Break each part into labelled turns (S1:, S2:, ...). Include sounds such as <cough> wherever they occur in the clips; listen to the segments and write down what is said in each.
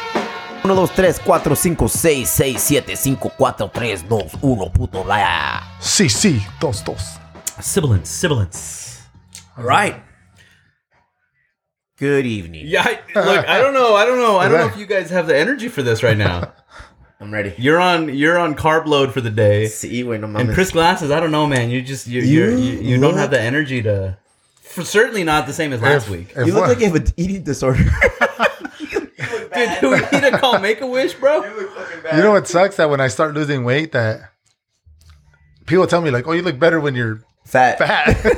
S1: 1, 2, 3, 4, 5, 6, 6, 7, 5, 4, 3, 2, 1, puto. Bla.
S2: Sí, sí, dos, dos.
S3: Sibilance, sibilance.
S1: All right. Good evening.
S3: Yeah, I, look, I don't know, I don't know, I don't know if you guys have the energy for this right <laughs> now.
S1: I'm ready.
S3: You're on, you're on carb load for the day,
S1: Sí, güey, no
S3: and
S1: mames.
S3: Chris Glasses, I don't know, man. You just you you you, you, don't have the energy to. For certainly not the same as last
S2: If-
S3: week.
S2: if
S1: you look
S2: what-
S1: like you have an eating <laughs> disorder.
S3: Dude, <laughs> do we need to call Make a Wish, bro?
S2: You know what sucks? That when I start losing weight, that people tell me like, "Oh, you look better when you're
S1: Fat.
S2: fat." <laughs>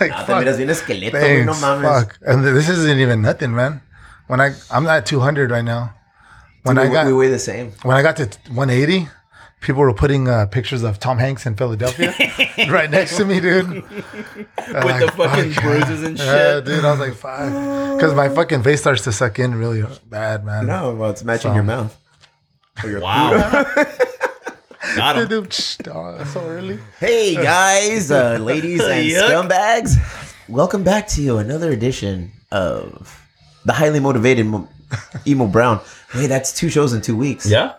S2: like,
S1: Ah, te
S2: fuck,
S1: miras bien esqueleto, güey, no
S2: thanks,
S1: mames.
S2: fuck. And th- this isn't even nothing, man. When I I'm not 200 right now. When
S1: we,
S2: I got
S1: we weigh the same.
S2: when I got to 180, people were putting uh, pictures of Tom Hanks in
S1: <laughs>
S2: Philadelphia right next to me, dude. With
S3: With the fucking bruises and
S2: Yeah,
S3: shit.
S2: dude. I was like, fuck, because my fucking face starts to suck in really bad, man.
S1: No, well, it's matching your mouth. Or your
S3: Wow. Got <laughs> him.
S2: Dude, psh, dog, so early.
S3: <laughs>
S1: Hey guys, uh, ladies and
S3: Yuck.
S1: scumbags, welcome back to another edition of the highly motivated Mo- <laughs> Emo Brown. Hey, that's two shows in two weeks.
S3: Yeah?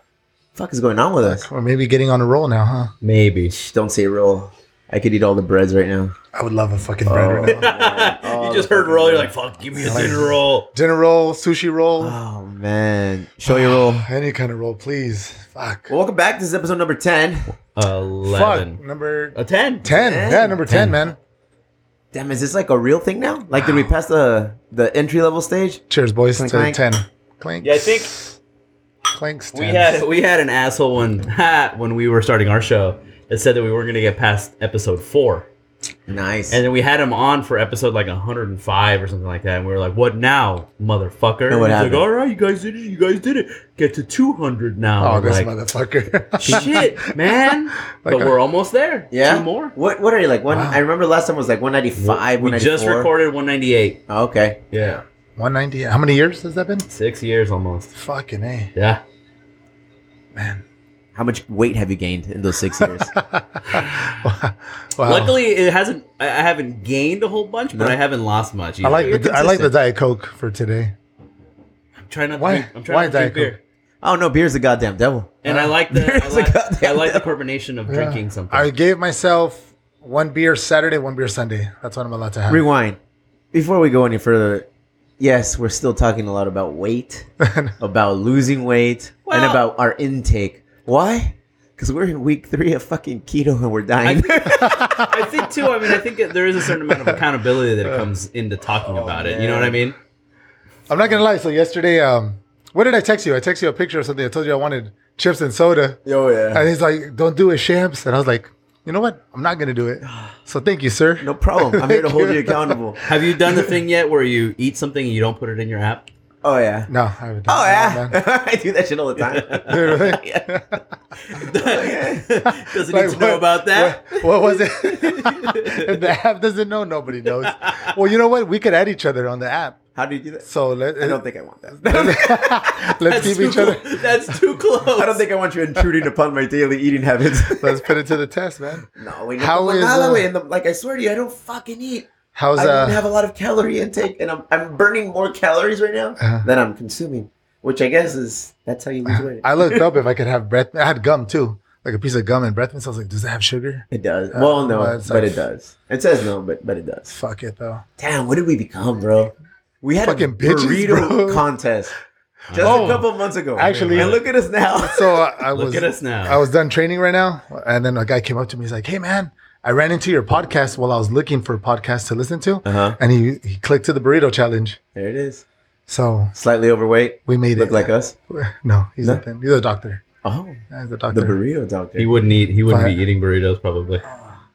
S1: fuck is going on with us?
S2: Or maybe getting on a roll now, huh?
S3: Maybe.
S1: Shh, Don't say roll. I could eat all the breads right now.
S2: I would love a fucking bread
S3: Oh.
S2: right now.
S3: you just heard roll, you're like, fuck, give me a dinner roll.
S2: Dinner roll, sushi roll,
S3: Uh.
S1: Oh man, show your roll.
S2: any kind of roll, please. Fuck.
S1: Ah. Welcome back. This is episode number ten.
S2: Fuck.
S3: 11.
S2: Number
S3: A 10.
S2: 10. Yeah, number 10, man.
S1: Damn, is this like a real thing now? Like, did we pass the the entry level stage?
S2: Cheers, boys,
S1: Clank,
S2: to
S1: clank.
S2: 10. Clanks.
S3: Yeah, I think
S2: Clanks 10.
S3: we had we had an asshole one <laughs> ha, when we were starting our show that said that we weren't going to get past episode 4.
S1: Nice.
S3: And then we had him on for episode like 105 or something like that. And we were like, what now, motherfucker?
S1: And what
S3: he's
S1: happened?
S3: like, all right, you guys did it. You guys did it. Get to 200 now.
S2: Oh,
S3: I'm
S2: this
S3: like,
S2: motherfucker.
S3: <laughs>
S1: <laughs>
S3: shit, man.
S2: <laughs>
S3: but
S2: Like, uh,
S3: we're almost there.
S1: yeah.
S3: Two more.
S1: What What are you like? One. I remember last time was like one ninety five.
S3: we just recorded 198.
S1: Oh, okay.
S3: Yeah.
S2: 190. How many years has that been?
S3: Six years almost.
S2: Fucking A. <laughs>
S3: Yeah.
S2: Man.
S1: How much weight have you gained in those six
S3: <laughs>
S1: years?
S2: wow.
S3: Luckily, it hasn't. I I haven't gained a whole bunch, but
S1: No.
S3: I haven't lost much.
S2: I
S3: either.
S2: like
S1: you're
S2: the, I like the
S1: consistent.
S2: Diet Coke for today.
S3: I'm trying not.
S2: Why-
S3: To drink, I'm trying
S2: why
S3: not to
S2: Diet
S3: drink beer.
S2: Coke?
S1: oh no, beer's the goddamn devil.
S3: And
S2: Uh,
S3: I
S2: <laughs>
S3: like the. I
S1: There's a
S3: like,
S1: goddamn
S3: I like the combination of drinking something.
S2: I gave myself one beer Saturday, one beer Sunday. That's what I'm allowed to have.
S1: Rewind. Before we go any further, yes, we're still talking a lot about weight,
S2: <laughs>
S1: about losing weight, and
S3: Well-
S1: about our intake. Why? Because we're in week three of fucking keto and we're dying.
S2: <laughs>
S3: I think too. I mean, I think that there is a certain amount of accountability that comes into talking about it. You know what I mean?
S2: I'm not gonna lie. So yesterday, um, what did I text you? I texted you a picture of something. I told you I wanted chips and soda,
S1: oh yeah.
S2: and he's like, "Don't do it, Shams." And I was like, "You know what? I'm not gonna do it." So thank you, sir.
S1: No problem. I'm here to hold you accountable.
S3: Have you done the
S2: <laughs>
S3: thing yet where you eat something and you don't put it in your app? <laughs>
S1: Oh yeah.
S2: No, I haven't.
S1: Oh <laughs>
S2: done that,
S1: yeah. I do that shit all the time.
S2: man. <laughs> Dude, right?
S3: Doesn't
S2: Like,
S3: need to know about that.
S2: What, what was it?
S1: <laughs>
S2: if the app doesn't know, nobody knows. Well, you know what? We could add each other on the app.
S1: How do you do that?
S2: So let,
S1: I don't think I want that. <laughs>
S2: <laughs> let's keep
S3: too
S2: each other.
S3: clo-
S2: <laughs>
S3: That's too close.
S1: I don't think I want you intruding upon my daily eating habits.
S2: Let's put it to the test, man.
S1: <laughs> no, we
S2: How
S1: how is
S2: is,
S1: uh,
S2: uh,
S1: way. And the, like I swear to you, I don't fucking eat.
S2: How's
S1: I don't
S2: uh?
S1: have a lot of calorie intake, and I'm, I'm burning more calories right now
S2: Uh-huh.
S1: than I'm consuming, which I guess is that's how you lose weight.
S2: I looked up if I could have breath. I had gum too, like a piece of gum and breath mints. I was like, does it have sugar?
S1: it does. Well, no,
S2: well, it's
S1: but
S2: like-
S1: it does. It says no, but but it does.
S2: Fuck it though.
S1: Damn, what did we become, bro? We had a
S2: Fucking bitches,
S1: burrito <laughs>
S2: bro.
S1: contest just
S2: Oh.
S1: a couple months ago.
S2: Actually-
S1: and look at us now. <laughs>
S2: So I, I
S3: Look
S2: was
S3: at us now.
S2: I was done training right now, and then a guy came up to me. He's like, "Hey man, I ran into your podcast while I was looking for a podcast to listen to,
S1: Uh-huh.
S2: and he he clicked to the burrito challenge.
S1: There it is.
S2: So
S1: Slightly overweight.
S2: we made
S1: Look
S2: it.
S1: like us.
S2: <laughs> no, he's
S1: No?
S2: not nothing. He's a doctor.
S1: Oh,
S2: Yeah, He's
S1: the
S2: a doctor.
S1: burrito doctor.
S3: He wouldn't eat. He wouldn't
S2: Fine.
S3: be eating burritos probably.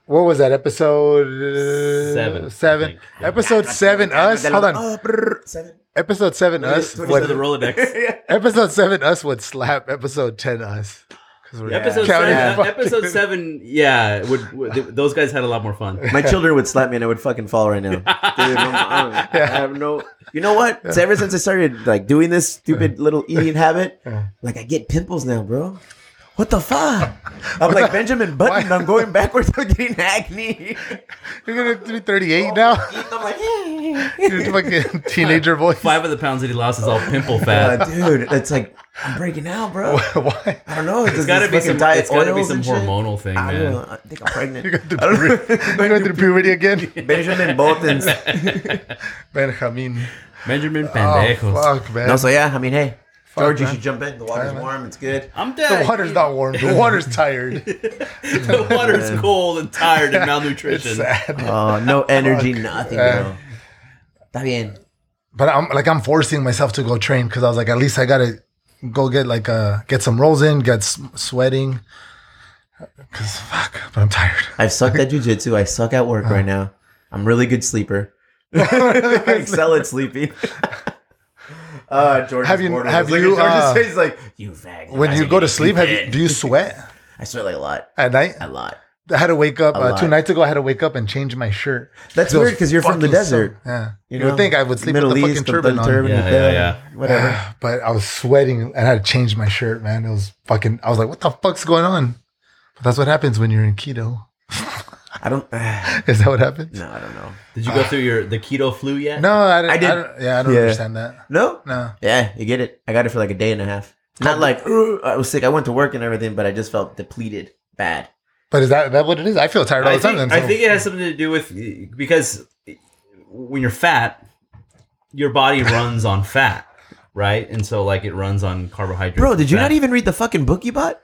S2: what was that episode? uh,
S3: Seven, I
S2: Seven.
S3: think. Yeah.
S2: Episode seven. Us. Hold on.
S1: Oh, brr,
S2: <laughs>
S1: seven.
S2: Episode seven. Us.
S1: what is
S2: would-
S3: the
S2: <laughs>
S3: Rolodex.
S2: Episode seven. Us would slap. Episode ten. Us. 'Cause we're
S3: Episode
S2: counting
S3: seven.
S2: <laughs> fucking-
S3: Episode seven. Yeah, would, would th- those guys had a lot more fun.
S1: My children would slap me and I would fucking fall right now. <laughs> Dude, I'm-
S3: <laughs>
S1: I'm- I have no. You know what? So ever since I started like doing this stupid little eating habit,
S2: Yeah.
S1: like I get pimples now, bro. what the fuck?
S3: <laughs>
S1: I'm like Benjamin Button. I'm going backwards. <laughs> I'm getting acne.
S2: You're gonna be 38 now. <laughs>
S1: I'm like, <laughs> yeah.
S2: Your fucking teenager voice.
S3: Five of the pounds that he lost is all pimple fat.
S1: Uh, dude, it's like I'm breaking out, bro.
S2: <laughs> Why?
S1: I don't know.
S3: It's gotta be some. It's gotta be some hormonal thing,
S1: I don't
S3: man.
S1: know. I think I'm
S3: <laughs>
S1: pregnant.
S2: You going through puberty again?
S1: <laughs> Benjamin
S3: <laughs>
S1: Bolton's.
S2: Benjamin.
S3: Benjamin
S2: <laughs> Oh,
S3: Pendejos.
S2: fuck, man.
S1: no, so yeah, I mean, hey,
S2: Fuck,
S1: George, you
S2: man.
S1: should jump in. The water's
S2: Thailand.
S1: warm. It's good.
S3: I'm
S2: the
S3: dead.
S2: water's not warm. The water's
S1: <laughs>
S2: tired.
S3: <laughs> the water's
S2: <laughs>
S3: cold and tired and malnutrition.
S2: It's sad.
S1: Oh,
S2: <laughs>
S1: no energy, nothing,
S2: Uh,
S1: bro. Está bien.
S2: but I'm like I'm forcing myself to go train because I was like at least I gotta go get like uh get some rolls in, get s- sweating. Cause fuck, but I'm tired.
S1: I've sucked at jujitsu. I suck at work
S2: Uh.
S1: right now. I'm really good
S2: <laughs>
S1: sleeper. <laughs> I excel at sleeping. Uh, George
S2: Have
S1: is
S2: you-
S1: bored with
S2: have
S1: us. Look at
S2: you,
S1: George's
S2: uh,
S1: face, he's like you fag.
S2: When
S1: guys
S2: you
S1: are
S2: go to
S1: getting
S2: sleep, have you,
S1: stupid."
S2: do you sweat
S1: I sweat like a lot.
S2: at night?
S1: A lot.
S2: I had to wake up uh, two
S1: lot.
S2: nights ago. I had to wake up and change my shirt.
S1: That's
S2: Feels
S1: weird because you're from the
S2: fucking
S1: desert.
S2: sun. Yeah, you,
S1: You
S2: would
S1: know?
S2: think I would sleep
S1: Middle
S2: with the
S1: East
S2: fucking turban on.
S1: turban
S3: Yeah,
S1: with
S3: yeah,
S1: the-
S3: yeah.
S2: <sighs>
S1: Whatever. <sighs>
S2: But I was sweating and I had to change my shirt, man. It was fucking. I was like, "What the fuck's going on?" But that's what happens when you're in keto.
S1: I don't.
S2: <laughs> Is that what happens?
S1: no, I don't know.
S3: Did you go through your the keto flu yet?
S2: No, I, didn't,
S1: I
S2: I
S1: did-
S2: don't- yeah, I don't
S1: Yeah.
S2: understand that.
S1: No.
S2: No,
S1: Yeah, you get it. I got it for like a day and a half. Not like "Ugh, I was sick. I went to work and everything, but I just felt depleted, bad.
S2: But is that that what it is? I feel tired all
S3: I
S2: the time.
S3: think,
S2: Then,
S3: I
S2: so-
S3: think it has something to do with because when you're fat, your body runs on fat, right? And so like it runs on carbohydrates.
S1: Bro,
S3: and
S1: did you
S3: fat.
S1: not even read the fucking book you bought?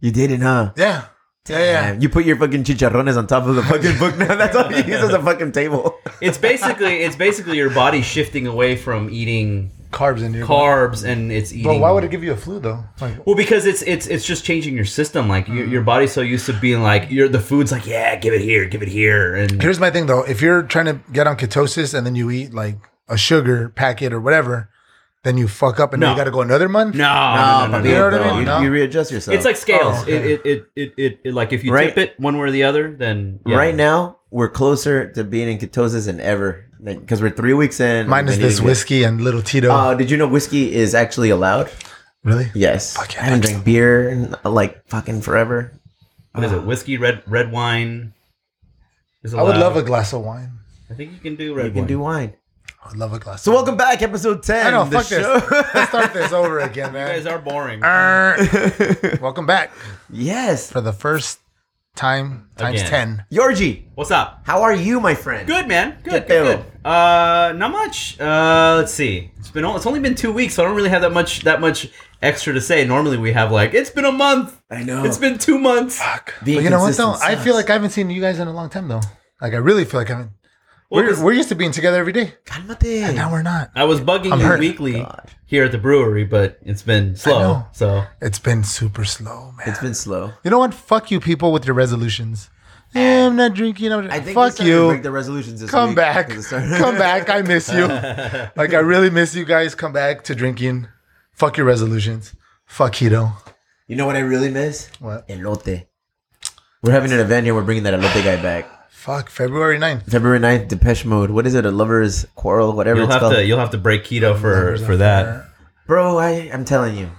S1: You didn't, huh?
S2: yeah, yeah, yeah.
S1: Damn, You put your fucking chicharrones on top of the fucking book now. That's all you use as a fucking table.
S3: <laughs> It's basically it's basically your body shifting away from eating
S2: Carbs in your.
S3: carbs and it's eating.
S2: But why would it give you a flu though? Like,
S3: Well, because it's it's it's just changing your system. Like your
S2: Mm-hmm.
S3: your body's so used to being like your the food's like yeah, give it here, give it here, and
S2: here's my thing though: if you're trying to get on ketosis and then you eat like a sugar packet or whatever, then you fuck up and
S3: No.
S2: you got to go another month.
S3: no, no, no, no,
S1: but
S3: no,
S2: you know what I
S3: no,
S2: mean?
S1: Um, You,
S2: No.
S1: you readjust yourself.
S3: It's like scales.
S2: Oh, okay.
S3: it, it, it, it, it, like if you
S1: Right.
S3: tip it one way or the other, then yeah.
S1: right now we're closer to being in ketosis than ever because we're three weeks in.
S2: Mine is
S1: We've been
S2: this
S1: eating-
S2: whiskey and little Tito.
S1: Uh, did you know whiskey is actually allowed?
S2: really?
S1: Yes.
S2: Fuck yeah.
S1: I haven't drank beer in like fucking forever.
S3: What is it? Whiskey, red, red wine. Is
S2: I would
S3: allowed.
S2: love a glass of wine.
S3: I think you can do red
S1: You can
S3: wine.
S1: do wine.
S2: I would love a glass.
S1: So
S2: of
S1: welcome back, episode ten.
S2: I know,
S1: the
S2: fuck this. <laughs> Let's start this over again,
S3: you guys
S2: man.
S3: are boring.
S2: Arr. <laughs> welcome back
S1: <laughs> yes,
S2: for the first time times
S3: Again.
S2: ten.
S1: Georgie,
S3: What's up?
S1: how are you, my friend?
S3: Good man. Good.
S1: Get
S3: Good. good. Uh, not much. Uh, let's see. It's been o- it's only been two weeks, so I don't really have that much that much extra to say. Normally we have like it's been a month.
S1: I
S2: Oh.
S1: know.
S3: It's been two months.
S2: Fuck. But
S1: Being
S2: you know what though?
S1: consistent
S2: I feel
S1: sucks.
S2: like I haven't seen you guys in a long time though. Like I really feel like I haven't.
S3: Well,
S2: we're,
S3: 'cause
S2: we're used to being together every day.
S1: Calmate.
S2: Now we're not.
S3: I was bugging
S2: I'm
S3: you
S2: hurt.
S3: weekly
S1: God.
S3: here at the brewery, but it's been slow.
S2: know.
S3: So
S2: It's been super slow, man.
S1: It's been slow.
S2: you know what? Fuck you, people, with your <sighs> resolutions. Eh, I'm not drinking. I'm
S1: I think we
S2: fuck
S1: started to
S2: you.
S1: Break the resolutions this
S2: Come
S1: week
S2: back.
S1: because it started-
S2: <laughs> Come back. I miss
S3: <laughs>
S2: you. like I really miss you guys. Come back to drinking. Fuck your resolutions. Fuck keto.
S1: <laughs> You know what I really miss?
S2: What?
S1: Elote. We're having an event here. We're bringing that elote guy back.
S2: Fuck February 9th.
S1: February 9th, Depeche Mode. What is it? A lover's quarrel, whatever
S3: you'll
S1: it's
S3: have
S1: called.
S3: to you'll have to break keto for for that.
S1: Bro, I, I'm telling you.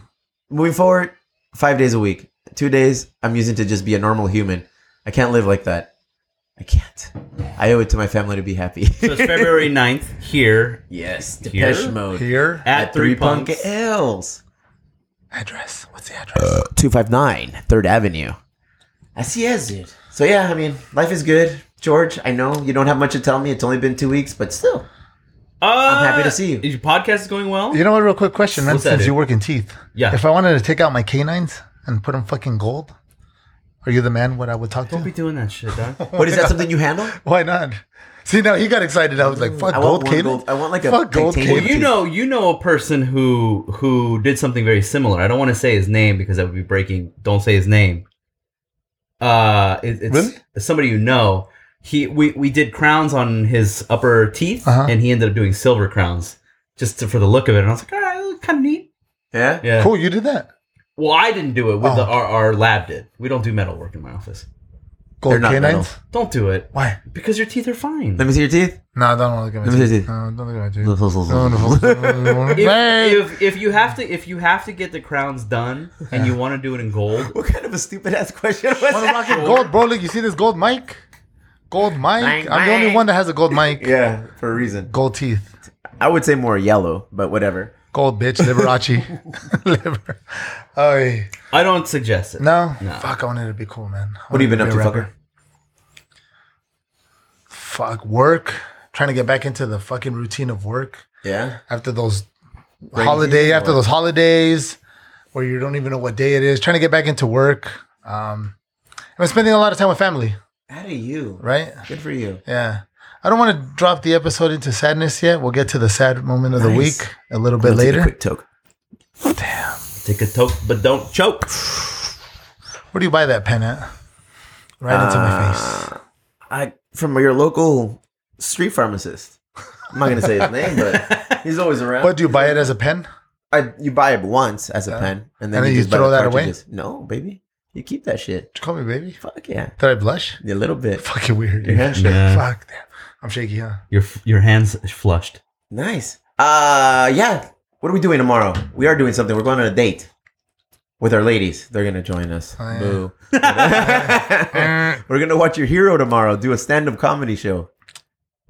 S1: Moving forward, five days a week. Two days, I'm using to just be a normal human. I can't live like that. I can't. I owe it to my family to be happy.
S3: So it's February 9th here
S1: <laughs> yes,
S3: Here?
S1: Depeche Mode.
S2: Here.
S3: at, Three Punks.
S1: L's.
S2: Address. What's the address?
S3: Uh,
S1: 259 3rd Avenue. Así es, dude. So, yeah, I mean, life is good. George, I know you don't have much to tell me. It's only been two weeks, but still.
S3: I'm
S1: happy to see you.
S3: Uh, Is your podcast is going well?
S2: You know what? Real quick question, man.
S3: What's that,
S2: Since
S3: dude?
S2: you work in teeth,
S3: Yeah.
S2: If I wanted to take out my canines and put them fucking gold, are you the man? What I would talk
S3: Don't be
S2: to?
S3: doing that shit,
S1: <laughs>
S3: dog.
S1: What is that something you handle?
S2: Why not? See, now he got excited. I was like, "Fuck
S1: I want
S2: gold
S1: one
S2: canines."
S1: gold- I want like a
S2: fuck gold
S1: titanium.
S2: canines.
S3: you know, you know a person who who did something very similar. I don't want to say his name because that would be breaking. Don't say his name. Uh, it, it's
S2: Really?
S3: it's somebody you know. He we we did crowns on his upper teeth,
S2: Uh-huh.
S3: and he ended up doing silver crowns just to, for the look of it. And I was like, all right, kind of neat.
S1: Yeah?
S3: Yeah.
S2: Cool, you did that.
S3: Well, I didn't do it. With
S2: Oh.
S3: the our, our lab did. We don't do metal work in my office.
S1: They're
S2: gold
S1: not
S2: canines?
S3: Don't do it
S2: Why?
S3: because your teeth are fine.
S1: Let me see your teeth.
S2: No, I don't want to look at
S1: Let
S2: my
S1: me see
S2: teeth.
S1: teeth.
S2: No, don't look at my teeth.
S1: No, no, no, no,
S2: No, no,
S3: <laughs> If,
S2: Hey!
S3: if, if you have to if you have to get the crowns done and you want to do it in gold,
S1: What kind of a stupid ass question was
S2: Wanna rock it
S1: that?
S2: gold, bro. Look, you see this gold mic? Gold mic.
S1: Mic,
S2: I'm the only
S1: mic.
S2: one that has a gold mic.
S1: Yeah, for a reason.
S2: Gold teeth.
S1: I would say more yellow, but whatever.
S2: Gold bitch.
S3: <laughs>
S2: Liberace. Liber. Oh,
S3: I don't suggest it.
S2: no?
S3: No.
S2: Fuck, I wanted to be cool, man. I
S1: What have you
S2: wanted
S1: been up
S2: be
S1: to,
S2: a rapper.
S1: fucker?
S2: Fuck, work. Trying to get back into the fucking routine of work
S1: Yeah.
S2: after those holiday,
S1: season
S2: after
S1: or-
S2: those holidays where you don't even know what day it is. Trying to get back into work. Um, I've been spending a lot of time with family,
S1: How do you?
S2: right?
S1: Good for you.
S2: Yeah. I don't want to drop the episode into sadness yet. We'll get to the sad moment of the
S1: Nice.
S2: week a little bit
S1: Let's take a
S2: later.
S1: quick toke.
S3: Take a toke, but don't choke.
S2: Where do you buy that pen at? Right into my face.
S1: Uh, I from your local street pharmacist. I'm not gonna say
S2: <laughs>
S1: his name, but he's always around.
S2: But do you buy it as a pen?
S1: I, you buy it once as a pen, and then
S2: And then
S1: you,
S2: you
S1: just buy
S2: throw
S1: the
S2: that away?
S1: cartridges. No, baby, you keep that shit.
S2: Did you call me baby?
S1: Fuck yeah,
S2: Did I blush? <laughs>
S1: a little bit.
S2: Fucking weird.
S1: Your
S2: dude.
S1: handshake.
S3: Yeah.
S2: Fuck. Damn. I'm shaky, huh?
S3: Your your hands flushed.
S1: Nice. Uh, yeah. What are we doing tomorrow? We are doing something. We're going on a date with our ladies. They're gonna join us.
S2: Oh, yeah. <laughs>
S1: Boo. <laughs>
S2: Uh,
S1: We're gonna watch your hero tomorrow. Do a stand-up comedy show.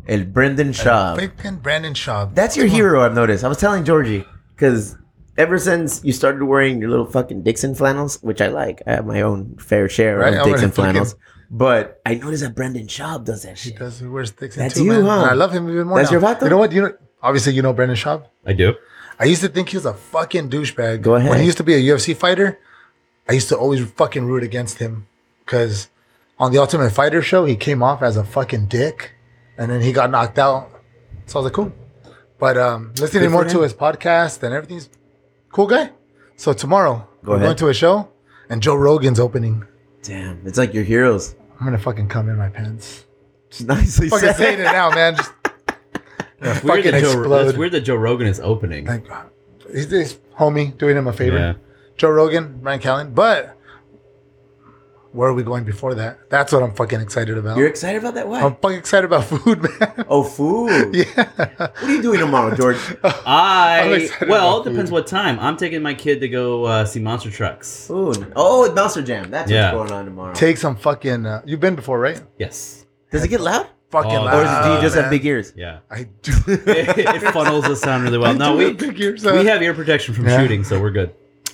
S1: El Brendan Shaw.
S2: Freaking Brandon Shaw.
S1: Oh. That's your hero. I've noticed. I was telling Georgie because ever since you started wearing your little fucking Dixon flannels, which I like, I have my own fair share
S2: Right, I
S1: of
S2: wanna
S1: Dixon
S2: fucking-
S1: flannels. But I noticed that Brendan Schaub does that
S2: He
S1: shit.
S2: does. He wears sticks
S1: That's
S2: and two,
S1: you,
S2: man.
S1: huh?
S2: And I love him even more.
S1: That's
S2: now.
S1: your vato?
S2: You know what? You know, obviously, you know Brandon Shaw.
S3: I do.
S2: I used to think he was a fucking douchebag.
S1: Go ahead.
S2: When he used to be a UFC fighter, I used to always fucking root against him because on the Ultimate Fighter show, he came off as a fucking dick, and then he got knocked out. So I was like, cool. But um, listening
S1: Good
S2: more
S1: for
S2: to
S1: him.
S2: his podcast and everything's cool guy. So tomorrow,
S1: Go
S2: we're
S1: ahead.
S2: going to a show, and Joe Rogan's opening.
S1: Damn, it's like your heroes.
S2: I'm gonna fucking come in my pants.
S1: It's nicely
S2: Fucking
S1: said.
S2: saying it now, man. Just
S3: That's
S2: fucking
S3: weird, that Joe,
S2: explode.
S3: that's weird that Joe Rogan is opening.
S2: Thank God. He's this homie doing him a favor.
S3: Yeah.
S2: Joe Rogan, Ryan Callen. But where are we going before that? That's what I'm fucking excited about.
S1: You're excited about that? Why?
S2: I'm fucking excited about food, <laughs> man.
S1: oh, food.
S2: Um, <laughs> yeah.
S1: What are you doing tomorrow,
S2: <laughs>
S1: George?
S2: I'm
S3: I
S2: excited
S3: well,
S2: about
S3: depends
S2: food.
S3: what time. I'm taking my kid to go uh, see Monster Trucks.
S1: Food. Oh, Monster Jam. That's
S3: Yeah.
S1: what's going on tomorrow.
S2: Take some fucking. Uh, you've been before, right?
S3: Yes.
S1: Does it get loud?
S2: Fucking
S3: Oh,
S1: Or
S2: loud.
S1: is it, do you just
S2: Uh, man.
S1: have big ears?
S3: Yeah. <laughs>
S2: I do.
S3: It, it funnels the sound really
S2: I
S3: <laughs> well.
S2: do
S3: No,
S2: <laughs>
S3: we
S2: have big ears. uh,
S3: we have ear protection from
S2: Yeah.
S3: shooting, so we're good.